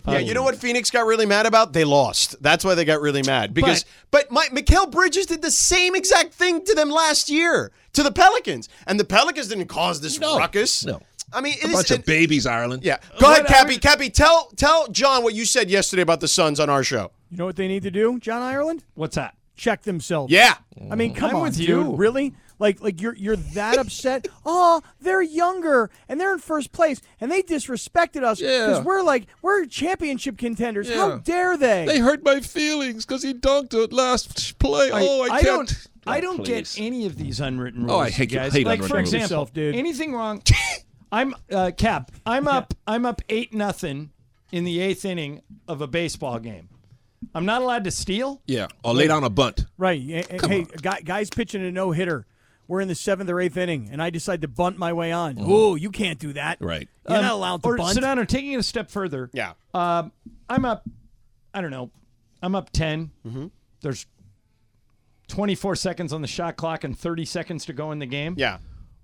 [SPEAKER 11] Yeah, you know what Phoenix got really mad about? They lost. That's why they got really mad. Because but, my Mikael Bridges did the same exact thing to them last year to the Pelicans, and the Pelicans didn't cause this ruckus. No. I mean,
[SPEAKER 5] A bunch of babies, Ireland.
[SPEAKER 11] Yeah. Go ahead,
[SPEAKER 12] uh,
[SPEAKER 11] Cappy. Cappy, tell tell John what you said yesterday about the Suns on our show.
[SPEAKER 12] You know what they need to do, John Ireland?
[SPEAKER 1] What's that?
[SPEAKER 12] Check themselves.
[SPEAKER 11] Yeah.
[SPEAKER 12] I mean, come
[SPEAKER 1] I'm
[SPEAKER 12] on,
[SPEAKER 1] with
[SPEAKER 12] dude.
[SPEAKER 1] you.
[SPEAKER 12] Really? Like, like you're you're that [LAUGHS] upset? oh, they're younger and they're in first place and they disrespected us because
[SPEAKER 5] Yeah.
[SPEAKER 12] we're like we're championship contenders. How
[SPEAKER 5] Yeah.
[SPEAKER 12] dare they?
[SPEAKER 5] They hurt my feelings because he dunked it last play. oh, I, can't.
[SPEAKER 1] don't. I don't
[SPEAKER 5] please.
[SPEAKER 1] get any of these unwritten rules.
[SPEAKER 5] Oh, I hate-
[SPEAKER 1] you guys.
[SPEAKER 5] hate
[SPEAKER 1] like
[SPEAKER 5] unwritten
[SPEAKER 1] for
[SPEAKER 5] rules.
[SPEAKER 1] example,
[SPEAKER 5] Yourself,
[SPEAKER 1] anything
[SPEAKER 5] [LAUGHS]
[SPEAKER 1] wrong? I'm uh, Cap. I'm up. I'm up eight nothing in the eighth inning of a baseball game. I'm not allowed to steal.
[SPEAKER 5] Yeah, or Oh, lay down a bunt.
[SPEAKER 12] Right. A- a- hey, guy, guys pitching a no hitter. We're in the seventh or eighth inning, and I decide to bunt my way on. Ooh, you can't do that.
[SPEAKER 5] Right.
[SPEAKER 12] You're
[SPEAKER 1] Um,
[SPEAKER 12] not allowed to
[SPEAKER 1] or
[SPEAKER 12] bunt.
[SPEAKER 1] Sedano, taking it a step further.
[SPEAKER 11] Yeah.
[SPEAKER 1] Um, I'm up. I don't know. I'm up 10
[SPEAKER 11] Mm-hmm.
[SPEAKER 1] There's 24 seconds on the shot clock and 30 seconds to go in the game.
[SPEAKER 11] Yeah.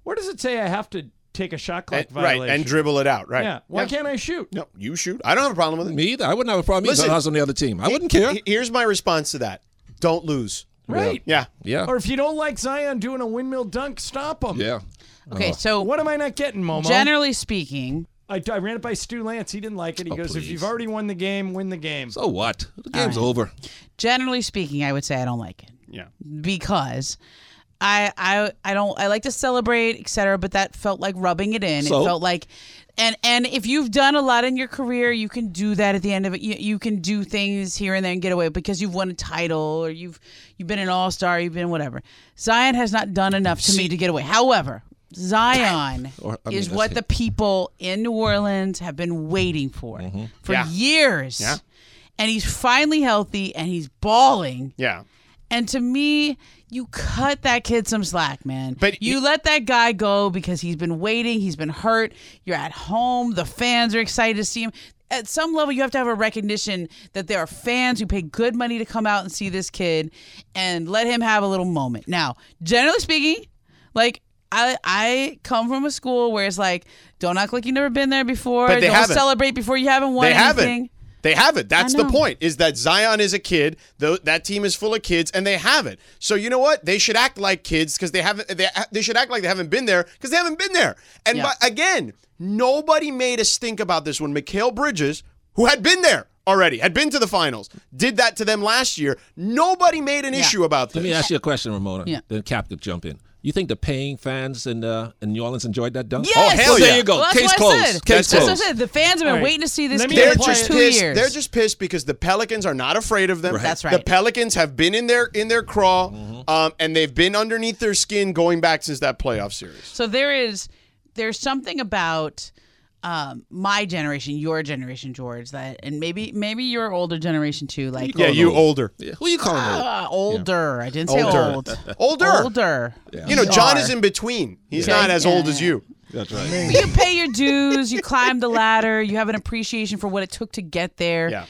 [SPEAKER 1] Where does it say I have to take a shot clock
[SPEAKER 11] And-
[SPEAKER 1] violation?
[SPEAKER 11] right, and dribble it out, right.
[SPEAKER 1] Yeah. Why
[SPEAKER 11] Yeah.
[SPEAKER 1] can't I shoot?
[SPEAKER 11] No, you shoot. I don't have a problem with it.
[SPEAKER 5] Me either. I wouldn't have a problem either.
[SPEAKER 11] Listen,
[SPEAKER 5] I was on the other team. I
[SPEAKER 11] he-
[SPEAKER 5] wouldn't care.
[SPEAKER 11] he- Here's my response to that. Don't lose.
[SPEAKER 1] Right.
[SPEAKER 11] Yeah.
[SPEAKER 5] Yeah.
[SPEAKER 1] Or if you don't like Zion doing a windmill dunk, stop him.
[SPEAKER 5] Yeah.
[SPEAKER 11] Uh-huh.
[SPEAKER 3] Okay, so
[SPEAKER 1] what am I not getting, Momo?
[SPEAKER 3] Generally speaking,
[SPEAKER 1] I, I ran it by Stu Lance. He didn't like
[SPEAKER 11] Oh,
[SPEAKER 1] it. He goes, "If you've already won the game, win the game."
[SPEAKER 5] So what? The game's
[SPEAKER 3] All right.
[SPEAKER 5] over.
[SPEAKER 3] generally speaking, I would say I don't like it.
[SPEAKER 11] Yeah.
[SPEAKER 3] because I I I don't I like to celebrate, etc. But that felt like rubbing it in.
[SPEAKER 13] So?
[SPEAKER 3] It felt like, and and if you've done a lot in your career, you can do that at the end of it. You, you can do things here and there and get away because you've won a title or you've you've been an all star, you've been whatever. Zion has not done enough to me to get away. However. Zion
[SPEAKER 5] Or, I mean,
[SPEAKER 3] is
[SPEAKER 5] that's
[SPEAKER 3] what
[SPEAKER 5] it.
[SPEAKER 3] the people in New Orleans have been waiting for
[SPEAKER 5] Mm-hmm.
[SPEAKER 3] for
[SPEAKER 11] Yeah.
[SPEAKER 3] years.
[SPEAKER 11] Yeah.
[SPEAKER 3] And he's finally healthy and he's balling.
[SPEAKER 11] Yeah.
[SPEAKER 3] And to me, you cut that kid some slack, man. But you let that guy go because he's been waiting, he's been hurt. You're at home, the fans are excited to see him. At some level, you have to have a recognition that there are fans who pay good money to come out and see this kid and let him have a little moment. Now, generally speaking, like I I come from a school where it's like, don't act like you've never been there before.
[SPEAKER 11] But they
[SPEAKER 3] don't
[SPEAKER 11] haven't.
[SPEAKER 3] celebrate before you haven't won
[SPEAKER 11] They
[SPEAKER 3] anything.
[SPEAKER 11] haven't. They haven't. That's
[SPEAKER 3] I
[SPEAKER 11] the
[SPEAKER 3] know.
[SPEAKER 11] point. Is that Zion is a kid. Though that team is full of kids, and they haven't. So you know what? They should act like kids because they haven't. They, they should act like they haven't been there because they haven't been there. And
[SPEAKER 3] Yeah.
[SPEAKER 11] by- again, nobody made us think about this when Mikhail Bridges, who had been there already, had been to the finals, did that to them last year. Nobody made an issue about this.
[SPEAKER 5] Let me ask you a question, Ramona.
[SPEAKER 3] Yeah.
[SPEAKER 5] Then Cap could jump in. You think the paying fans in uh, in New Orleans enjoyed that dunk?
[SPEAKER 3] Yes!
[SPEAKER 5] Oh hell
[SPEAKER 3] Well,
[SPEAKER 5] yeah!
[SPEAKER 3] yeah.
[SPEAKER 5] There you go.
[SPEAKER 3] Well, that's
[SPEAKER 5] Case
[SPEAKER 3] what I
[SPEAKER 5] closed.
[SPEAKER 3] said.
[SPEAKER 5] Case
[SPEAKER 3] That's
[SPEAKER 5] closed.
[SPEAKER 3] what I said. The fans have been
[SPEAKER 5] All right.
[SPEAKER 3] waiting to see this
[SPEAKER 5] Let me
[SPEAKER 3] kid
[SPEAKER 5] apply
[SPEAKER 3] for
[SPEAKER 5] it.
[SPEAKER 3] two
[SPEAKER 11] pissed.
[SPEAKER 3] years.
[SPEAKER 11] They're just pissed because the Pelicans are not afraid of them.
[SPEAKER 3] Right. That's right. Mm-hmm.
[SPEAKER 11] The Pelicans have been in their in their crawl, um, and they've been underneath their skin going back since that playoff series.
[SPEAKER 3] So there is there's something about um, my generation, your generation, George, that, and maybe maybe your older generation too. Like,
[SPEAKER 11] Yeah, you older.
[SPEAKER 5] Who you calling old?
[SPEAKER 3] Ah, older. I didn't say
[SPEAKER 11] Older.
[SPEAKER 3] old.
[SPEAKER 11] Older.
[SPEAKER 3] Older.
[SPEAKER 11] You know, John
[SPEAKER 3] ER.
[SPEAKER 11] is in between. He's
[SPEAKER 3] Yeah.
[SPEAKER 11] not as
[SPEAKER 3] Yeah,
[SPEAKER 11] old as you.
[SPEAKER 5] That's
[SPEAKER 3] But you pay your dues, you climb the ladder, you have an appreciation for what it took to get there.
[SPEAKER 11] Yeah.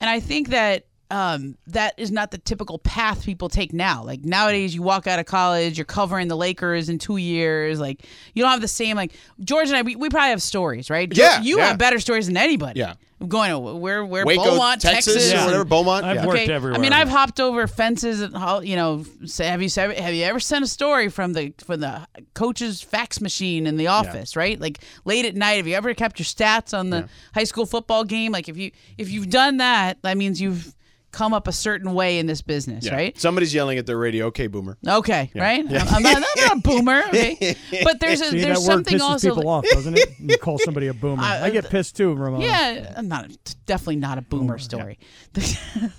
[SPEAKER 3] And I think that um, that is not the typical path people take now. Like nowadays, you walk out of college, you're covering the Lakers in two years. Like you don't have the same. Like George and I, we, we probably have stories, right? George,
[SPEAKER 11] Yeah,
[SPEAKER 3] you
[SPEAKER 11] yeah.
[SPEAKER 3] have better stories than anybody.
[SPEAKER 11] Yeah.
[SPEAKER 3] I'm going to where where
[SPEAKER 11] Waco,
[SPEAKER 3] Beaumont,
[SPEAKER 11] Texas,
[SPEAKER 3] Texas,
[SPEAKER 11] or
[SPEAKER 3] and-
[SPEAKER 11] whatever, Beaumont, I've yeah. worked
[SPEAKER 3] I mean,
[SPEAKER 11] everywhere.
[SPEAKER 3] I've hopped over fences and ho- you know, say, have you se- have you ever sent a story from the from the coach's fax machine in the office, right? Like late at night, have you ever kept your stats on the high school football game? Like if you if you've done that, that means you've come up a certain way in this business,
[SPEAKER 11] Yeah.
[SPEAKER 3] right?
[SPEAKER 11] Somebody's yelling at their radio. Okay, boomer.
[SPEAKER 3] Okay, right? I'm, I'm not, I'm not a boomer, okay?
[SPEAKER 12] [LAUGHS]
[SPEAKER 3] But there's a,
[SPEAKER 12] See,
[SPEAKER 3] there's
[SPEAKER 12] that word
[SPEAKER 3] something
[SPEAKER 12] pisses
[SPEAKER 3] also
[SPEAKER 12] people
[SPEAKER 3] like-
[SPEAKER 12] off,
[SPEAKER 3] [LAUGHS]
[SPEAKER 12] doesn't it? You call somebody a boomer. I, get pissed too, Ramon.
[SPEAKER 3] Yeah, I'm not definitely not a boomer story.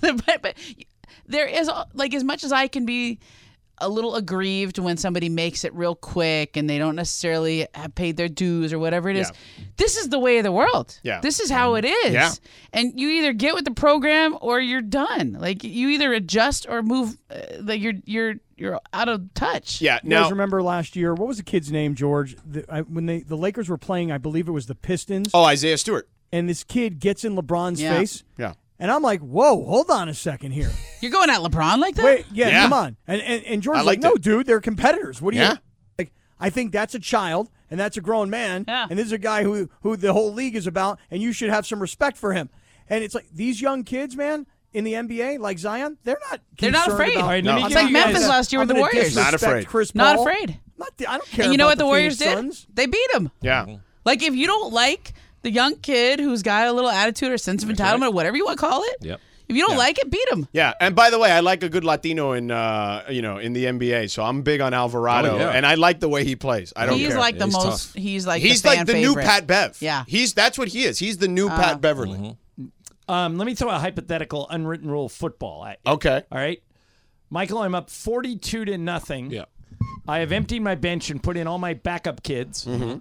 [SPEAKER 3] but, but there is like as much as I can be a little aggrieved when somebody makes it real quick and they don't necessarily have paid their dues or whatever it is. This is the way of the world.
[SPEAKER 11] Yeah. Mm-hmm.
[SPEAKER 3] This is how it is.
[SPEAKER 11] Yeah.
[SPEAKER 3] And you either get with the program or you're done. Like you either adjust or move uh, like you're you're you're out of touch.
[SPEAKER 11] Yeah.
[SPEAKER 12] You guys remember last year? What was the kid's name, George? The, I, when they the Lakers were playing, I believe it was the Pistons.
[SPEAKER 11] Oh, Isaiah Stewart.
[SPEAKER 12] And this kid gets in LeBron's
[SPEAKER 3] Yeah.
[SPEAKER 12] face.
[SPEAKER 11] Yeah.
[SPEAKER 12] And I'm like, whoa, hold on a second here.
[SPEAKER 3] You're going at LeBron like that?
[SPEAKER 12] Wait, yeah, come on. And and, and
[SPEAKER 3] I
[SPEAKER 12] George's like,
[SPEAKER 3] liked
[SPEAKER 12] no,
[SPEAKER 3] it.
[SPEAKER 12] dude, they're competitors. What do
[SPEAKER 3] Yeah.
[SPEAKER 12] you like? I think that's a child and that's a grown man. And this is a guy who who the whole league is about, and you should have some respect for him. And it's like these young kids, man. In the NBA, like Zion, they're not.
[SPEAKER 3] They're not
[SPEAKER 12] concerned
[SPEAKER 3] afraid.
[SPEAKER 12] About,
[SPEAKER 3] All right, let me It's give like you guys- Memphis last year
[SPEAKER 12] I'm
[SPEAKER 3] with the
[SPEAKER 12] gonna
[SPEAKER 3] Warriors. Not
[SPEAKER 12] disrespect
[SPEAKER 3] afraid.
[SPEAKER 12] Chris
[SPEAKER 3] Not
[SPEAKER 12] Paul.
[SPEAKER 3] afraid.
[SPEAKER 12] I'm not, I don't care.
[SPEAKER 3] And you know
[SPEAKER 12] about
[SPEAKER 3] what the, Warriors
[SPEAKER 12] Phoenix
[SPEAKER 3] did?
[SPEAKER 12] Suns.
[SPEAKER 3] They beat him.
[SPEAKER 11] Yeah.
[SPEAKER 3] Like if you don't like the young kid who's got a little attitude or sense of entitlement or whatever you want to call it,
[SPEAKER 11] Yep.
[SPEAKER 3] if you don't like it, beat him.
[SPEAKER 11] Yeah, and by the way, I like a good Latino in uh, you know in the NBA, so I'm big on Alvarado,
[SPEAKER 3] Oh, yeah.
[SPEAKER 11] and I like the way he plays. I don't.
[SPEAKER 3] He's
[SPEAKER 11] care.
[SPEAKER 3] like the He's most- tough. he's like the
[SPEAKER 11] he's like
[SPEAKER 3] fan
[SPEAKER 11] the new
[SPEAKER 3] favorite.
[SPEAKER 11] Pat Bev. [LAUGHS]
[SPEAKER 3] Yeah.
[SPEAKER 11] he's that's what he is. He's the new
[SPEAKER 1] Uh.
[SPEAKER 11] Pat Beverly.
[SPEAKER 1] Um, let me throw a hypothetical unwritten rule of football at you.
[SPEAKER 11] Okay.
[SPEAKER 1] All right. Michael, I'm up 42 to nothing. Yeah. I have emptied my bench and put in all my backup kids. Mm-hmm.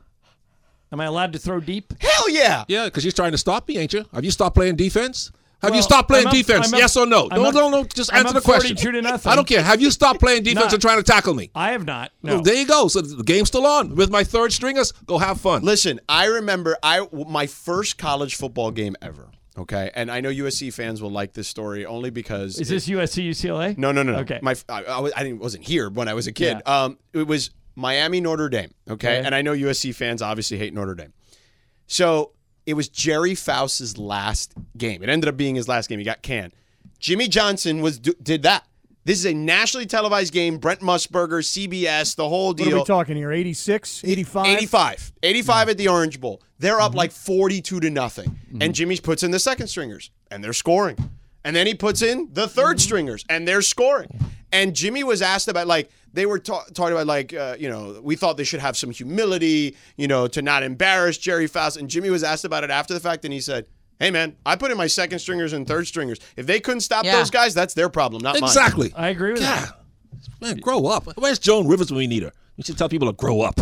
[SPEAKER 1] Am I allowed to throw deep?
[SPEAKER 11] Hell yeah.
[SPEAKER 5] Yeah, because you're trying to stop me, ain't you? Have you stopped playing defense? Have you
[SPEAKER 1] Well,
[SPEAKER 5] stopped playing
[SPEAKER 1] I'm up-
[SPEAKER 5] defense?
[SPEAKER 1] I'm up-
[SPEAKER 5] yes or no?
[SPEAKER 1] I'm
[SPEAKER 5] No,
[SPEAKER 1] up-
[SPEAKER 5] no, no. Just
[SPEAKER 1] I'm
[SPEAKER 5] answer
[SPEAKER 1] up
[SPEAKER 5] the question.
[SPEAKER 1] 42 to nothing.
[SPEAKER 5] I don't care. Have you stopped playing defense
[SPEAKER 1] Nah.
[SPEAKER 5] and trying to tackle me?
[SPEAKER 1] I have not. No.
[SPEAKER 5] Well, there you go. So the game's still on with my third stringers. Go have fun.
[SPEAKER 11] Listen, I remember I my first college football game ever. Okay, and I know USC fans will like this story only because
[SPEAKER 1] Is this USC UCLA?
[SPEAKER 11] No, no, no. no.
[SPEAKER 1] Okay.
[SPEAKER 11] My, I, I, was- I didn't- wasn't here when I was a kid. Um, it was Miami Notre Dame. Okay?
[SPEAKER 1] Okay.
[SPEAKER 11] and I know USC fans obviously hate Notre Dame. So it was Jerry Faust's last game. It ended up being his last game. He got canned. Jimmy Johnson was did that. This is a nationally televised game. Brent Musburger, CBS, the whole
[SPEAKER 12] What are
[SPEAKER 11] deal.
[SPEAKER 12] we talking here? 86, 85?
[SPEAKER 11] 85. 85 at the Orange Bowl. They're up like 42 to nothing. And Jimmy puts in the second stringers and they're scoring. And then he puts in the 3rd stringers and they're scoring. And Jimmy was asked about like they were ta- talking about like uh, you know we thought they should have some humility you know to not embarrass Jerry Faust and Jimmy was asked about it after the fact and he said hey man I put in my second stringers and third stringers if they couldn't stop
[SPEAKER 5] Yeah.
[SPEAKER 11] those guys that's their problem not mine [LAUGHS]
[SPEAKER 5] Exactly. [LAUGHS]
[SPEAKER 1] I agree with
[SPEAKER 5] that. Man, grow up. Where's Joan Rivers when we need her? We should tell people to grow up.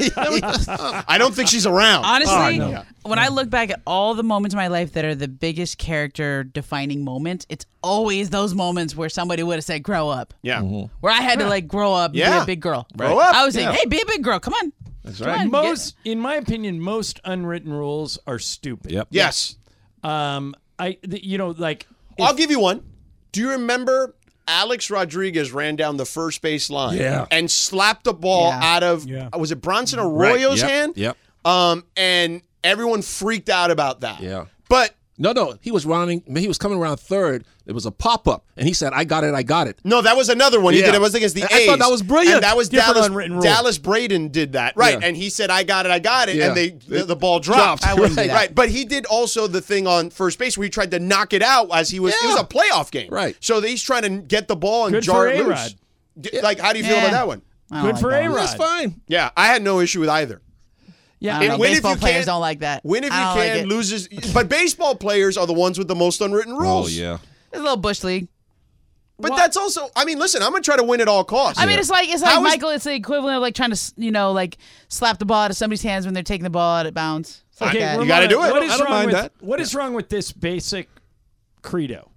[SPEAKER 11] I don't think she's around
[SPEAKER 5] Oh,
[SPEAKER 3] Honestly, when I look back at all the moments in my life that are the biggest character defining moments, it's always those moments where somebody would have said, grow up.
[SPEAKER 11] yeah
[SPEAKER 3] Where I had to
[SPEAKER 1] Yeah.
[SPEAKER 3] like grow up and be
[SPEAKER 1] Yeah.
[SPEAKER 3] a big girl.
[SPEAKER 1] Grow up,
[SPEAKER 3] I was saying,
[SPEAKER 1] yeah.
[SPEAKER 3] hey, be a big girl. Come on.
[SPEAKER 5] That's
[SPEAKER 3] Come on,
[SPEAKER 1] most, in my opinion, most unwritten rules are stupid. Yep.
[SPEAKER 11] Yes.
[SPEAKER 1] Um, I, th- you know, like
[SPEAKER 11] I'll give you one. Do you remember Alex Rodriguez ran down the first base line
[SPEAKER 5] Yeah.
[SPEAKER 11] and slapped the ball
[SPEAKER 5] Yeah.
[SPEAKER 11] out of was it Bronson Arroyo's
[SPEAKER 5] Right. Yep.
[SPEAKER 11] hand?
[SPEAKER 5] Yep.
[SPEAKER 11] Um, and everyone freaked out about that.
[SPEAKER 5] Yeah.
[SPEAKER 11] But
[SPEAKER 5] no, no, he was running. He was coming around third. It was a pop up, and he said, "I got it, I got it."
[SPEAKER 11] No, that was another one. He
[SPEAKER 5] Yeah.
[SPEAKER 11] did it was against the
[SPEAKER 5] And I
[SPEAKER 11] A's.
[SPEAKER 5] thought that was brilliant.
[SPEAKER 11] And that was
[SPEAKER 5] Different
[SPEAKER 11] Dallas.
[SPEAKER 5] unwritten rule.
[SPEAKER 11] Dallas Braden did that right,
[SPEAKER 5] Yeah.
[SPEAKER 11] and he said, "I got it, I got it,"
[SPEAKER 5] Yeah.
[SPEAKER 11] and they the,
[SPEAKER 5] It
[SPEAKER 11] the ball dropped.
[SPEAKER 5] dropped. I wouldn't do
[SPEAKER 11] right.
[SPEAKER 5] that.
[SPEAKER 11] right, but he did also the thing on first base where he tried to knock it out as he was. It was a playoff game, right? So he's trying to get the ball and
[SPEAKER 1] Good
[SPEAKER 11] jar
[SPEAKER 1] for
[SPEAKER 11] it
[SPEAKER 1] A-Rod.
[SPEAKER 11] loose. D- Like, how do you feel
[SPEAKER 1] Yeah.
[SPEAKER 11] about that one?
[SPEAKER 1] I don't Good like for that one. A-Rod. That's
[SPEAKER 5] fine.
[SPEAKER 11] Yeah, I had no issue with either.
[SPEAKER 3] Yeah,
[SPEAKER 11] And
[SPEAKER 3] I don't know.
[SPEAKER 11] win if
[SPEAKER 3] baseball
[SPEAKER 11] you
[SPEAKER 3] players
[SPEAKER 11] can-
[SPEAKER 3] don't like that.
[SPEAKER 11] Win if you
[SPEAKER 3] I don't like
[SPEAKER 11] can,
[SPEAKER 3] it.
[SPEAKER 11] loses. But baseball players are the ones with the most unwritten rules.
[SPEAKER 5] yeah.
[SPEAKER 3] It's a little bush league.
[SPEAKER 11] But that's also, I mean, listen, I'm going to try to win at all costs.
[SPEAKER 3] I mean, it's like it's like
[SPEAKER 11] How is-
[SPEAKER 3] Michael. It's the equivalent of like trying to s- you know like slap the ball out of somebody's hands when they're taking the ball out of bounds. It's like that.
[SPEAKER 1] Ramona, What is wrong with, What is wrong with this basic credo?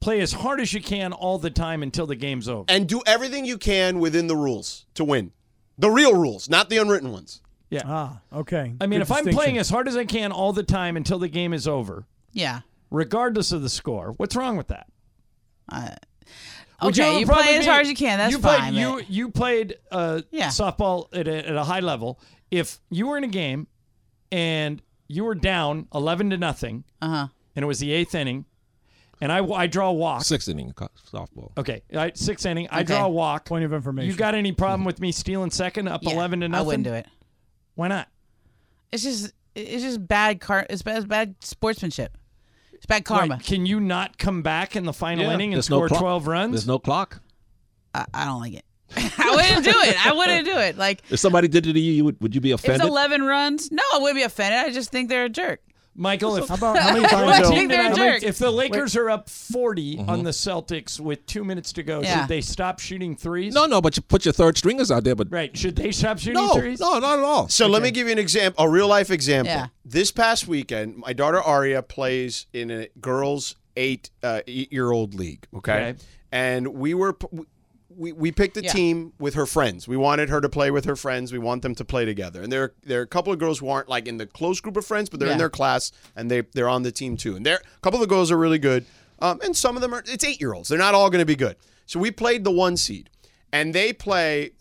[SPEAKER 1] Play as hard as you can all the time until the game's over.
[SPEAKER 11] [LAUGHS] and do everything you can within the rules to win. The real rules, not the unwritten ones.
[SPEAKER 1] Yeah.
[SPEAKER 12] Ah, okay.
[SPEAKER 1] I mean,
[SPEAKER 12] Good
[SPEAKER 1] if I'm
[SPEAKER 12] distinction.
[SPEAKER 1] playing as hard as I can all the time until the game is over,
[SPEAKER 3] Yeah.
[SPEAKER 1] regardless of the score, what's wrong with that?
[SPEAKER 3] okay,
[SPEAKER 1] have a
[SPEAKER 3] you
[SPEAKER 1] problem
[SPEAKER 3] play
[SPEAKER 1] with
[SPEAKER 3] as
[SPEAKER 1] me-
[SPEAKER 3] hard as you can, that's
[SPEAKER 1] you played,
[SPEAKER 3] fine,
[SPEAKER 1] You
[SPEAKER 3] but-
[SPEAKER 1] you played uh,
[SPEAKER 3] Yeah.
[SPEAKER 1] softball at a, at a high level. If you were in a game and you were down eleven to nothing,
[SPEAKER 3] uh-huh.
[SPEAKER 1] and it was the eighth inning, and I I draw a walk.
[SPEAKER 5] Sixth inning co- softball.
[SPEAKER 1] Okay, I, sixth inning. I
[SPEAKER 5] Okay.
[SPEAKER 1] draw a walk. Point
[SPEAKER 12] of information.
[SPEAKER 1] You got any problem with me stealing second up eleven to
[SPEAKER 3] I
[SPEAKER 1] nothing?
[SPEAKER 3] wouldn't do it.
[SPEAKER 1] Why not?
[SPEAKER 3] It's just it's just bad car. It's bad, it's bad sportsmanship. It's bad karma.
[SPEAKER 1] Wait, can you not come back in the final
[SPEAKER 3] Yeah.
[SPEAKER 1] inning and
[SPEAKER 3] There's no
[SPEAKER 1] score
[SPEAKER 3] clock.
[SPEAKER 1] twelve runs?
[SPEAKER 5] There's no clock.
[SPEAKER 3] I, I don't like it. I wouldn't do it. I wouldn't do it. Like
[SPEAKER 5] If somebody did it to you, you would, would you be
[SPEAKER 3] if it's
[SPEAKER 5] offended?
[SPEAKER 3] eleven runs, no, I wouldn't be offended. I just think they're a jerk.
[SPEAKER 1] Michael, if,
[SPEAKER 3] [LAUGHS] I think they're a jerk.
[SPEAKER 1] if the Lakers are up 40 on the Celtics with two minutes to go,
[SPEAKER 3] Yeah.
[SPEAKER 1] should they stop shooting threes?
[SPEAKER 5] no, no, but you put your third stringers out there. But
[SPEAKER 1] Right. Should they stop shooting
[SPEAKER 5] No,
[SPEAKER 1] threes?
[SPEAKER 5] no, not at all.
[SPEAKER 11] So let me give you an example, a real life example.
[SPEAKER 1] Yeah.
[SPEAKER 11] This past weekend, my daughter Aria plays in a girls' eight uh, eight year old league. Okay?
[SPEAKER 1] Okay.
[SPEAKER 11] and we were p- we, we picked a
[SPEAKER 1] Yeah.
[SPEAKER 11] team with her friends. We wanted her to play with her friends. We want them to play together. And there there are a couple of girls who aren't like in the close group of friends, but they're in
[SPEAKER 1] Yeah.
[SPEAKER 11] their class and they they're on the team too. And they're a couple of the girls are really good. Um, and some of them are it's eight year olds. They're not all going to be good. So we played the one seed, and they play.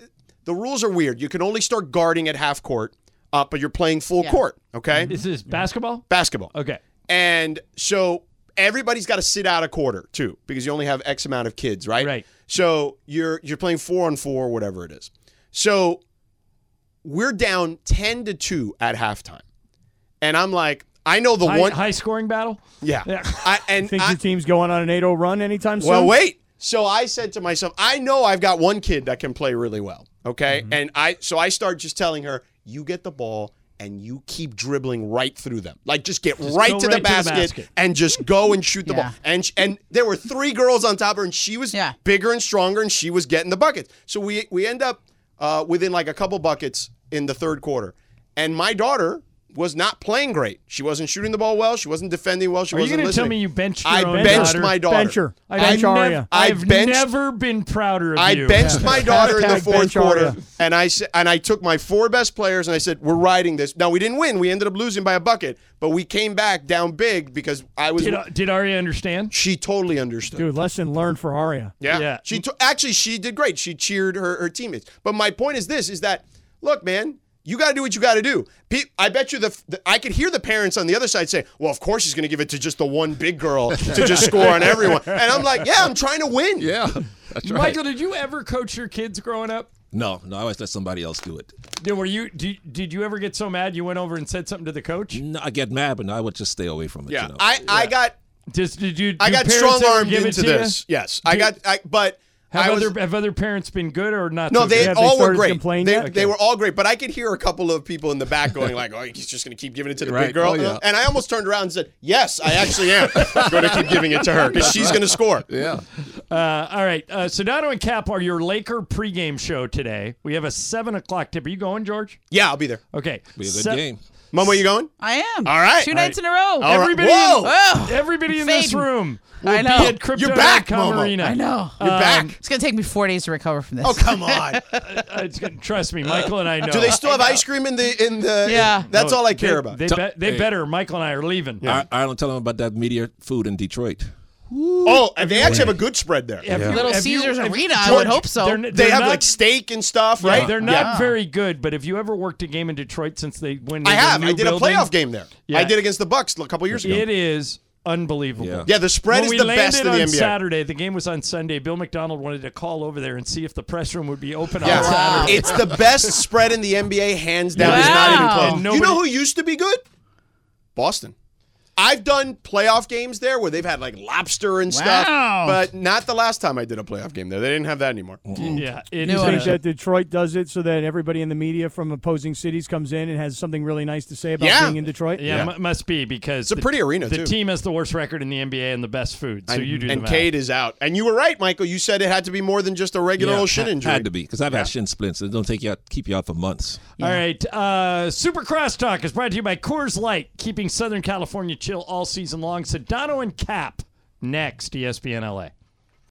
[SPEAKER 11] The rules are weird. You can only start guarding at half court, uh, but you're playing full court. Okay,
[SPEAKER 1] this is basketball.
[SPEAKER 11] Basketball.
[SPEAKER 1] Okay.
[SPEAKER 11] And so everybody's got to sit out a quarter too, because you only have X amount of kids, right? Right. So you're you're playing four on four, whatever it is. So we're down ten to two at halftime, and I'm like, I know the
[SPEAKER 12] High-
[SPEAKER 11] one
[SPEAKER 1] high scoring battle.
[SPEAKER 11] Yeah. I, and
[SPEAKER 12] Think
[SPEAKER 11] I,
[SPEAKER 12] your team's going on an 8-0 run anytime soon?
[SPEAKER 11] well, wait. So I said to myself, I know I've got one kid that can play really well. Okay.
[SPEAKER 1] Mm-hmm.
[SPEAKER 11] And I so I start just telling her, you get the ball and you keep dribbling right through them. Like just get
[SPEAKER 1] Just
[SPEAKER 11] right,
[SPEAKER 1] go
[SPEAKER 11] to,
[SPEAKER 1] right
[SPEAKER 11] the basket
[SPEAKER 1] basket.
[SPEAKER 11] and just go and shoot the
[SPEAKER 1] Yeah.
[SPEAKER 11] ball. And sh- and there were three girls on top of her and she was bigger and stronger and she was getting the buckets. So we we end up uh, within like a couple buckets in the third quarter. And my daughter was not playing great. She wasn't shooting the ball well. She wasn't defending well. She
[SPEAKER 1] Are you
[SPEAKER 11] wasn't
[SPEAKER 1] gonna tell
[SPEAKER 11] listening.
[SPEAKER 1] me you benched your
[SPEAKER 11] I
[SPEAKER 1] own
[SPEAKER 11] benched
[SPEAKER 1] daughter?
[SPEAKER 11] my daughter.
[SPEAKER 1] Bench her.
[SPEAKER 11] I
[SPEAKER 1] Bench
[SPEAKER 11] benched-
[SPEAKER 1] Aria.
[SPEAKER 11] I
[SPEAKER 1] I've
[SPEAKER 11] benched
[SPEAKER 1] never been prouder of
[SPEAKER 11] I
[SPEAKER 1] you.
[SPEAKER 11] benched
[SPEAKER 1] [LAUGHS]
[SPEAKER 11] my daughter in the
[SPEAKER 1] Hashtag
[SPEAKER 11] fourth
[SPEAKER 1] bench Aria.
[SPEAKER 11] quarter, and I sa- and I took my four best players and I said, "We're riding this." Now we didn't win; we ended up losing by a bucket, but we came back down big because I was.
[SPEAKER 1] Did, did Aria understand?
[SPEAKER 11] She totally understood.
[SPEAKER 12] Dude, lesson learned for Aria.
[SPEAKER 11] yeah. She to- actually she did great. She cheered her, her teammates. But my point is this: is that look, man. You got to do what you got to do. Pe- I bet you the, f- the I could hear the parents on the other side saying, "Well, of course he's going to give it to just the one big girl to
[SPEAKER 1] [LAUGHS]
[SPEAKER 11] just score on everyone." And I'm like, "Yeah, I'm trying to win."
[SPEAKER 5] Yeah, that's right.
[SPEAKER 1] Michael, did you ever coach your kids growing up?
[SPEAKER 5] No, no, I always let somebody else do it.
[SPEAKER 1] Did, were you did, did you ever get so mad you went over and said something to the coach?
[SPEAKER 5] No, I get mad, but no, I would just stay away from it.
[SPEAKER 11] Yeah,
[SPEAKER 5] you know?
[SPEAKER 11] I, I got
[SPEAKER 1] Just did you?
[SPEAKER 11] I
[SPEAKER 1] do
[SPEAKER 11] got
[SPEAKER 1] parents
[SPEAKER 11] strong
[SPEAKER 1] ever
[SPEAKER 11] armed
[SPEAKER 1] give it
[SPEAKER 11] into
[SPEAKER 1] to
[SPEAKER 11] this.
[SPEAKER 1] you?
[SPEAKER 11] Yes, I
[SPEAKER 1] Did-
[SPEAKER 11] got. I but
[SPEAKER 1] Have
[SPEAKER 11] I was.
[SPEAKER 1] other have other parents been good or not?
[SPEAKER 11] no,
[SPEAKER 1] so
[SPEAKER 11] they
[SPEAKER 1] good?
[SPEAKER 11] all were great. They, they were all great, but I could hear a couple of people in the back going like, "Oh, he's just going to keep giving it to the
[SPEAKER 1] Right.
[SPEAKER 11] big girl,"
[SPEAKER 1] Oh, yeah.
[SPEAKER 11] and I almost turned around and said, "Yes, I actually am going to keep giving it to her because she's going to score."
[SPEAKER 5] Yeah.
[SPEAKER 1] Uh, all right. Uh, Sedano and Cap are your Laker pregame show today. We have a seven o'clock tip. Are you going, George?
[SPEAKER 11] Yeah, I'll be there.
[SPEAKER 1] Okay.
[SPEAKER 5] Be a good
[SPEAKER 1] Se-
[SPEAKER 5] game.
[SPEAKER 11] Momo, you going?
[SPEAKER 3] I am.
[SPEAKER 11] All right.
[SPEAKER 3] Two
[SPEAKER 11] All
[SPEAKER 3] nights
[SPEAKER 11] right.
[SPEAKER 3] in a row.
[SPEAKER 11] All right.
[SPEAKER 1] Everybody,
[SPEAKER 11] Whoa!
[SPEAKER 1] In,
[SPEAKER 3] Oh,
[SPEAKER 1] everybody in this
[SPEAKER 3] fading.
[SPEAKER 1] room will
[SPEAKER 3] I know.
[SPEAKER 1] be at Crypto
[SPEAKER 3] You're back, Momo.
[SPEAKER 1] Arena.
[SPEAKER 3] I know. Uh,
[SPEAKER 11] You're back.
[SPEAKER 3] It's gonna take me four days to recover from this.
[SPEAKER 11] Oh come on!
[SPEAKER 1] [LAUGHS] Uh, it's gonna- trust me, Michael and I know.
[SPEAKER 11] Do they still have ice cream in the in the? that's
[SPEAKER 1] No,
[SPEAKER 11] all I
[SPEAKER 1] they-
[SPEAKER 11] care about.
[SPEAKER 1] They, be- they better. Michael and I are leaving.
[SPEAKER 5] I, I don't tell them about that meteor food in Detroit.
[SPEAKER 11] Oh, and they actually have a good spread there.
[SPEAKER 5] Have you- Little
[SPEAKER 1] have you- Caesars have- Arena, I
[SPEAKER 11] George,
[SPEAKER 1] would hope so.
[SPEAKER 11] they're-
[SPEAKER 1] they're
[SPEAKER 11] they have
[SPEAKER 1] not-
[SPEAKER 11] like steak and stuff, right?
[SPEAKER 1] Yeah, they're not very good, but have you ever worked a game in Detroit since they went? into
[SPEAKER 11] I
[SPEAKER 1] the
[SPEAKER 11] have.
[SPEAKER 1] new
[SPEAKER 11] I did a
[SPEAKER 1] building?
[SPEAKER 11] playoff game there. I
[SPEAKER 1] Yeah.
[SPEAKER 11] did against the Bucks a couple years ago.
[SPEAKER 1] It is unbelievable. Yeah,
[SPEAKER 11] Yeah, the spread
[SPEAKER 1] when
[SPEAKER 11] is
[SPEAKER 1] we
[SPEAKER 11] the
[SPEAKER 1] landed
[SPEAKER 11] best in the
[SPEAKER 1] on
[SPEAKER 11] NBA.
[SPEAKER 1] Saturday, the game was on Sunday. Bill McDonald wanted to call over there and see if the press room would be open
[SPEAKER 11] Yeah.
[SPEAKER 1] on Saturday.
[SPEAKER 11] It's the
[SPEAKER 1] [LAUGHS]
[SPEAKER 11] best spread in the NBA, hands down. It's not even close.
[SPEAKER 1] And
[SPEAKER 11] You know
[SPEAKER 1] nobody-
[SPEAKER 11] who used to be good? Boston. I've done playoff games there where they've had like lobster and stuff,
[SPEAKER 1] Wow.
[SPEAKER 11] but not the last time I did a playoff game there. They didn't have that anymore.
[SPEAKER 1] Yeah,
[SPEAKER 12] Do
[SPEAKER 1] it
[SPEAKER 12] Mm. you
[SPEAKER 1] is-
[SPEAKER 12] think that Detroit does it so that everybody in the media from opposing cities comes in and has something really nice to say about
[SPEAKER 1] Yeah.
[SPEAKER 12] being in Detroit?
[SPEAKER 1] Yeah, mu- must be because
[SPEAKER 11] It's a pretty arena,
[SPEAKER 1] The
[SPEAKER 11] too.
[SPEAKER 1] team has the worst record in the NBA and the best food, so
[SPEAKER 11] and,
[SPEAKER 1] you do.
[SPEAKER 11] And
[SPEAKER 1] the math.
[SPEAKER 11] Cade is out. And you were right, Michael. You said it had to be more than just a regular old shin
[SPEAKER 5] had-
[SPEAKER 11] injury.
[SPEAKER 5] Had to be because I've had shin splints. It don't take you out, keep you out for months.
[SPEAKER 1] All right. Uh, Super Crosstalk is brought to you by Coors Light, keeping Southern California chill all season long. Sedano and Cap next, E ESPN LA.